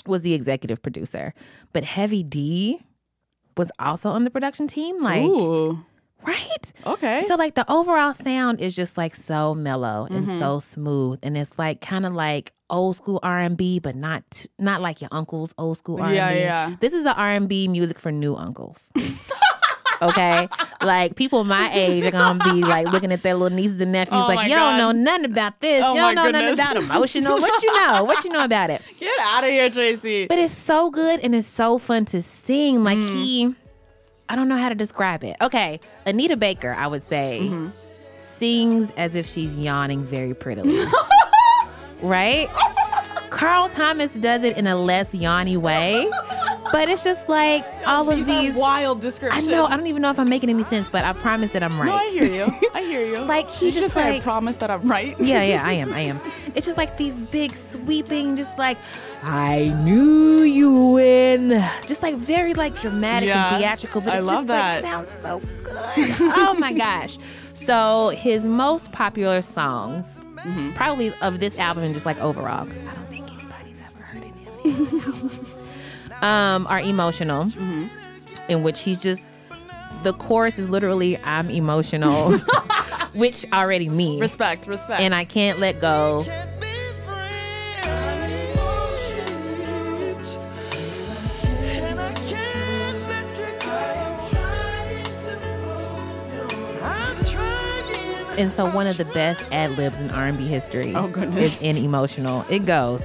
[SPEAKER 3] was the executive producer, but Heavy D was also on the production team. Like,
[SPEAKER 2] Ooh.
[SPEAKER 3] right?
[SPEAKER 2] Okay.
[SPEAKER 3] So, like, the overall sound is just like so mellow and
[SPEAKER 2] Mm-hmm.
[SPEAKER 3] so smooth, and it's like kind of like old school R&B, but not t- not like your uncle's old school R&B.
[SPEAKER 2] Yeah, yeah.
[SPEAKER 3] This is the R&B music for new uncles. Okay, like people my age are gonna be like looking at their little nieces and nephews,
[SPEAKER 2] Oh my
[SPEAKER 3] like you
[SPEAKER 2] God.
[SPEAKER 3] don't know nothing about this,
[SPEAKER 2] Oh
[SPEAKER 3] you
[SPEAKER 2] my
[SPEAKER 3] don't know
[SPEAKER 2] goodness.
[SPEAKER 3] nothing about emotional. What you know? What you know about it?
[SPEAKER 2] Get out of here, Tracy.
[SPEAKER 3] But it's so good and it's so fun to sing. Like
[SPEAKER 2] Mm.
[SPEAKER 3] he, I don't know how to describe it. Okay, Anita Baker, I would say,
[SPEAKER 2] Mm-hmm.
[SPEAKER 3] sings as if she's yawning very prettily. right? Carl Thomas does it in a less yawny way, but it's just like all of
[SPEAKER 2] are
[SPEAKER 3] these.
[SPEAKER 2] wild
[SPEAKER 3] I
[SPEAKER 2] descriptions.
[SPEAKER 3] know. I don't even know if I'm making any sense, but I promise that I'm right.
[SPEAKER 2] No, I hear you. I hear you.
[SPEAKER 3] Like, he
[SPEAKER 2] Did you
[SPEAKER 3] just,
[SPEAKER 2] say, I
[SPEAKER 3] like-
[SPEAKER 2] promise that I'm right.
[SPEAKER 3] Yeah, yeah, I am. I am. It's just like these big sweeping, just like I knew you would. Just like very like dramatic
[SPEAKER 2] Yes,
[SPEAKER 3] and theatrical, but
[SPEAKER 2] I
[SPEAKER 3] it
[SPEAKER 2] love
[SPEAKER 3] just
[SPEAKER 2] that.
[SPEAKER 3] like sounds so good. oh my gosh! So his most popular songs,
[SPEAKER 2] Mm-hmm.
[SPEAKER 3] probably of this album and just like overall, 'cause I don't think anybody's ever heard any of these albums, um, are emotional,
[SPEAKER 2] Mm-hmm.
[SPEAKER 3] in which he's just. The chorus is literally "I'm emotional," which already means
[SPEAKER 2] Respect, respect.
[SPEAKER 3] and I can't let go. And so one of the best ad libs in R&B history
[SPEAKER 2] Oh, goodness.
[SPEAKER 3] is in emotional. It goes,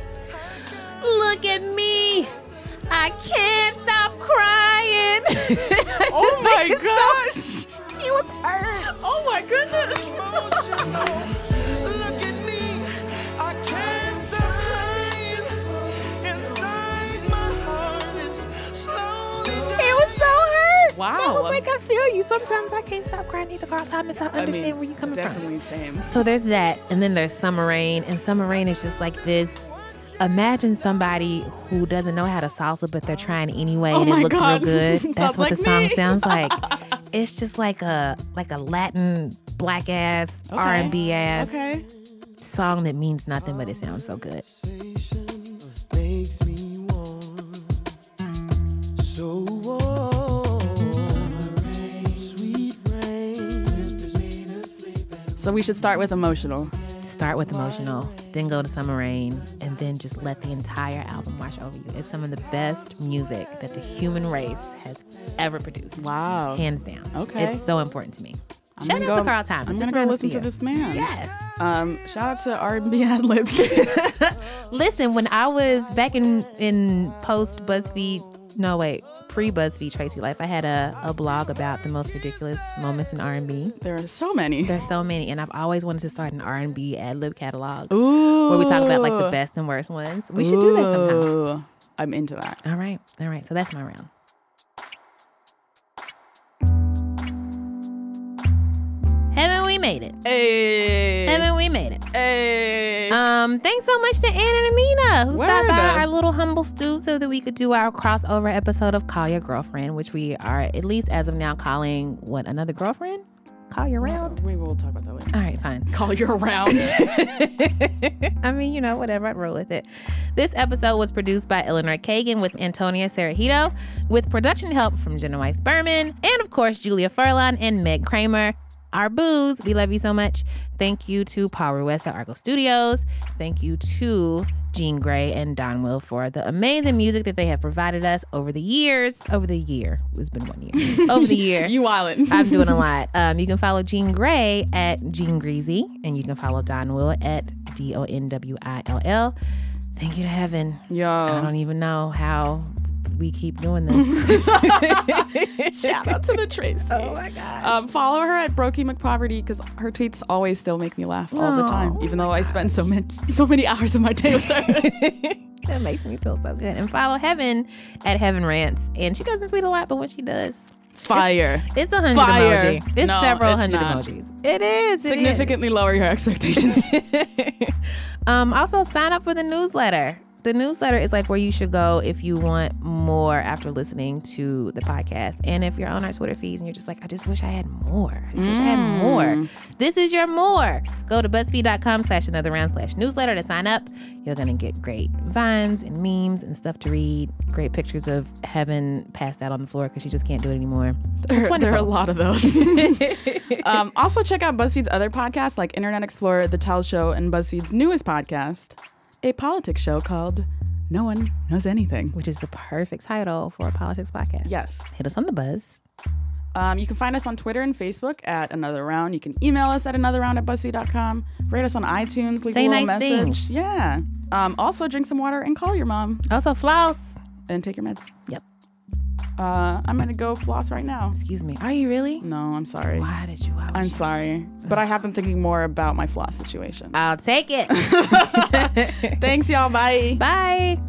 [SPEAKER 3] "Look at me, I can't stop crying."
[SPEAKER 2] oh my gosh.
[SPEAKER 3] he was hurt.
[SPEAKER 2] oh my goodness.
[SPEAKER 3] It was so hurt.
[SPEAKER 2] Wow.
[SPEAKER 3] It was like I feel you. Sometimes I can't stop crying either, Carl Thomas. I
[SPEAKER 2] I mean,
[SPEAKER 3] understand where you're coming from.
[SPEAKER 2] definitely same.
[SPEAKER 3] So there's that, and then there's Summer Rain, and Summer Rain is just like this. Imagine somebody who doesn't know how to salsa, but they're trying anyway, and it
[SPEAKER 2] Oh my
[SPEAKER 3] looks
[SPEAKER 2] God.
[SPEAKER 3] real good.
[SPEAKER 2] Sounds
[SPEAKER 3] That's what
[SPEAKER 2] like
[SPEAKER 3] the song
[SPEAKER 2] me.
[SPEAKER 3] sounds like. it's just like a like a Latin black ass R and B ass
[SPEAKER 2] Okay.
[SPEAKER 3] song that means nothing, but it sounds so good.
[SPEAKER 6] makes me warm, so warm. Sweet rain whispers me to sleep.
[SPEAKER 2] So we should start with emotional.
[SPEAKER 3] Start with emotional, then go to Summer Rain, and then just let the entire album wash over you. It's some of the best music that the human race has ever produced.
[SPEAKER 2] Wow.
[SPEAKER 3] hands down.
[SPEAKER 2] Okay.
[SPEAKER 3] it's so important to me.
[SPEAKER 2] I'm
[SPEAKER 3] Shout
[SPEAKER 2] gonna
[SPEAKER 3] out
[SPEAKER 2] go-
[SPEAKER 3] to Carl Thomas.
[SPEAKER 2] I'm
[SPEAKER 3] It's
[SPEAKER 2] gonna go
[SPEAKER 3] around
[SPEAKER 2] listen to
[SPEAKER 3] you.
[SPEAKER 2] this man.
[SPEAKER 3] Yes.
[SPEAKER 2] Um, shout out to R&B ad libs.
[SPEAKER 3] Listen, when I was back in in post BuzzFeed, no wait, pre BuzzFeed Tracy Life, I had a, a blog about the most ridiculous moments in R and B.
[SPEAKER 2] there are so many.
[SPEAKER 3] There's so many, and I've always wanted to start an R and B ad lib catalog
[SPEAKER 2] Ooh.
[SPEAKER 3] where we talk about like the best and worst ones. We should do that sometime.
[SPEAKER 2] Ooh. I'm into that.
[SPEAKER 3] All right, all right. So that's my round. Haven't we made it?
[SPEAKER 2] Hey.
[SPEAKER 3] Haven't we made it?
[SPEAKER 2] Hey.
[SPEAKER 3] Um, thanks so much to Ann and Amina who stopped
[SPEAKER 2] Word.
[SPEAKER 3] by our little humble stew so that we could do our crossover episode of Call Your Girlfriend, which we are at least as of now calling what another girlfriend? Call your round.
[SPEAKER 2] we will talk about that later.
[SPEAKER 3] All right, fine.
[SPEAKER 2] Call you around.
[SPEAKER 3] I mean, you know, whatever. I roll with it. This episode was produced by Eleanor Kagan with Antonia Cerejito, with production help from Jenna Weiss Berman, and of course Julia Furlan and Meg Kramer. Our booze, we love you so much. Thank you to Paul Ruiz at Argo Studios. Thank you to Jean Gray and Don Will for the amazing music that they have provided us over the years. Over the year, it's been one year. Over the year,
[SPEAKER 2] you wildin'.
[SPEAKER 3] I'm doing a lot. Um, you can follow Jean Gray at Jean Greasy, and you can follow Don Will at D O N W I L L. Thank you to heaven.
[SPEAKER 2] Yo.
[SPEAKER 3] I don't even know how we keep doing this.
[SPEAKER 2] Shout out to the Tracy. Oh my gosh. Um, follow her at Brokey McPoverty because her tweets always still make me laugh all the time, even though I spend so many so many hours of my day with her.
[SPEAKER 3] that makes me feel so good. And follow Heaven at Heaven Rants. And she doesn't tweet a lot, but when she does,
[SPEAKER 2] Fire.
[SPEAKER 3] it's a hundred
[SPEAKER 2] Fire.
[SPEAKER 3] emoji. It's
[SPEAKER 2] No,
[SPEAKER 3] several
[SPEAKER 2] it's
[SPEAKER 3] hundred
[SPEAKER 2] not.
[SPEAKER 3] emojis. It is it is.
[SPEAKER 2] Significantly lower your expectations.
[SPEAKER 3] Um, also sign up for the newsletter. The newsletter is like where you should go if you want more after listening to the podcast. And if you're on our Twitter feeds and you're just like, I just wish I had more. I just wish I had more. This is your more. Go to BuzzFeed.com slash another round slash newsletter to sign up. You're gonna get great vines and memes and stuff to read, great pictures of heaven passed out on the floor because she just can't do it anymore.
[SPEAKER 2] there, there are a lot of those. um, also, check out BuzzFeed's other podcasts like Internet Explorer, The Tell Show, and BuzzFeed's newest podcast, a politics show called No one knows anything.
[SPEAKER 3] which is the perfect title for a politics podcast.
[SPEAKER 2] Yes.
[SPEAKER 3] Hit us on the buzz.
[SPEAKER 2] Um, you can find us on Twitter and Facebook at Another Round. You can email us at another round at BuzzFeed.com. Rate us on iTunes. Leave
[SPEAKER 3] Say
[SPEAKER 2] a little
[SPEAKER 3] nice
[SPEAKER 2] message.
[SPEAKER 3] things.
[SPEAKER 2] Yeah. Um, also, drink some water and call your mom
[SPEAKER 3] Also, floss.
[SPEAKER 2] and take your meds.
[SPEAKER 3] Yep.
[SPEAKER 2] Uh, I'm going to go floss right now.
[SPEAKER 3] Excuse me. Are you really?
[SPEAKER 2] No, I'm sorry.
[SPEAKER 3] Why did you? Why would
[SPEAKER 2] I'm
[SPEAKER 3] you?
[SPEAKER 2] sorry. But I have been thinking more about my floss situation.
[SPEAKER 3] I'll take it.
[SPEAKER 2] Thanks, y'all. Bye.
[SPEAKER 3] Bye.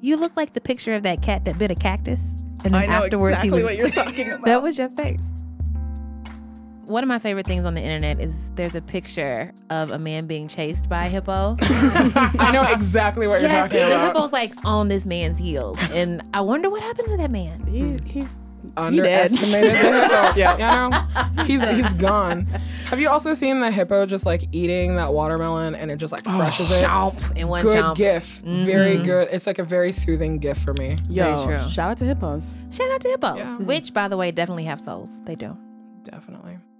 [SPEAKER 3] You look like the picture of that cat that bit a cactus, and then afterwards he was.
[SPEAKER 2] talking about.
[SPEAKER 3] that was your face. One of my favorite things on the internet is there's a picture of a man being chased by a hippo.
[SPEAKER 1] I know exactly what
[SPEAKER 3] yes,
[SPEAKER 1] you're
[SPEAKER 3] the
[SPEAKER 1] talking about.
[SPEAKER 3] hippo's like on this man's heels, and I wonder what happened to that man.
[SPEAKER 2] He's, he's
[SPEAKER 1] Underestimated the hippo. yeah. You know, he's he's gone. Have you also seen the hippo just like eating that watermelon and it just like crushes it?
[SPEAKER 3] Chomp in one
[SPEAKER 1] Good
[SPEAKER 3] chomp.
[SPEAKER 1] gif. Very good. It's like a very soothing gif for me.
[SPEAKER 3] Very
[SPEAKER 2] yo.
[SPEAKER 3] true.
[SPEAKER 2] Shout out to hippos.
[SPEAKER 3] Shout out to hippos,
[SPEAKER 1] Yeah.
[SPEAKER 3] which by the way definitely have souls. They do.
[SPEAKER 1] Definitely.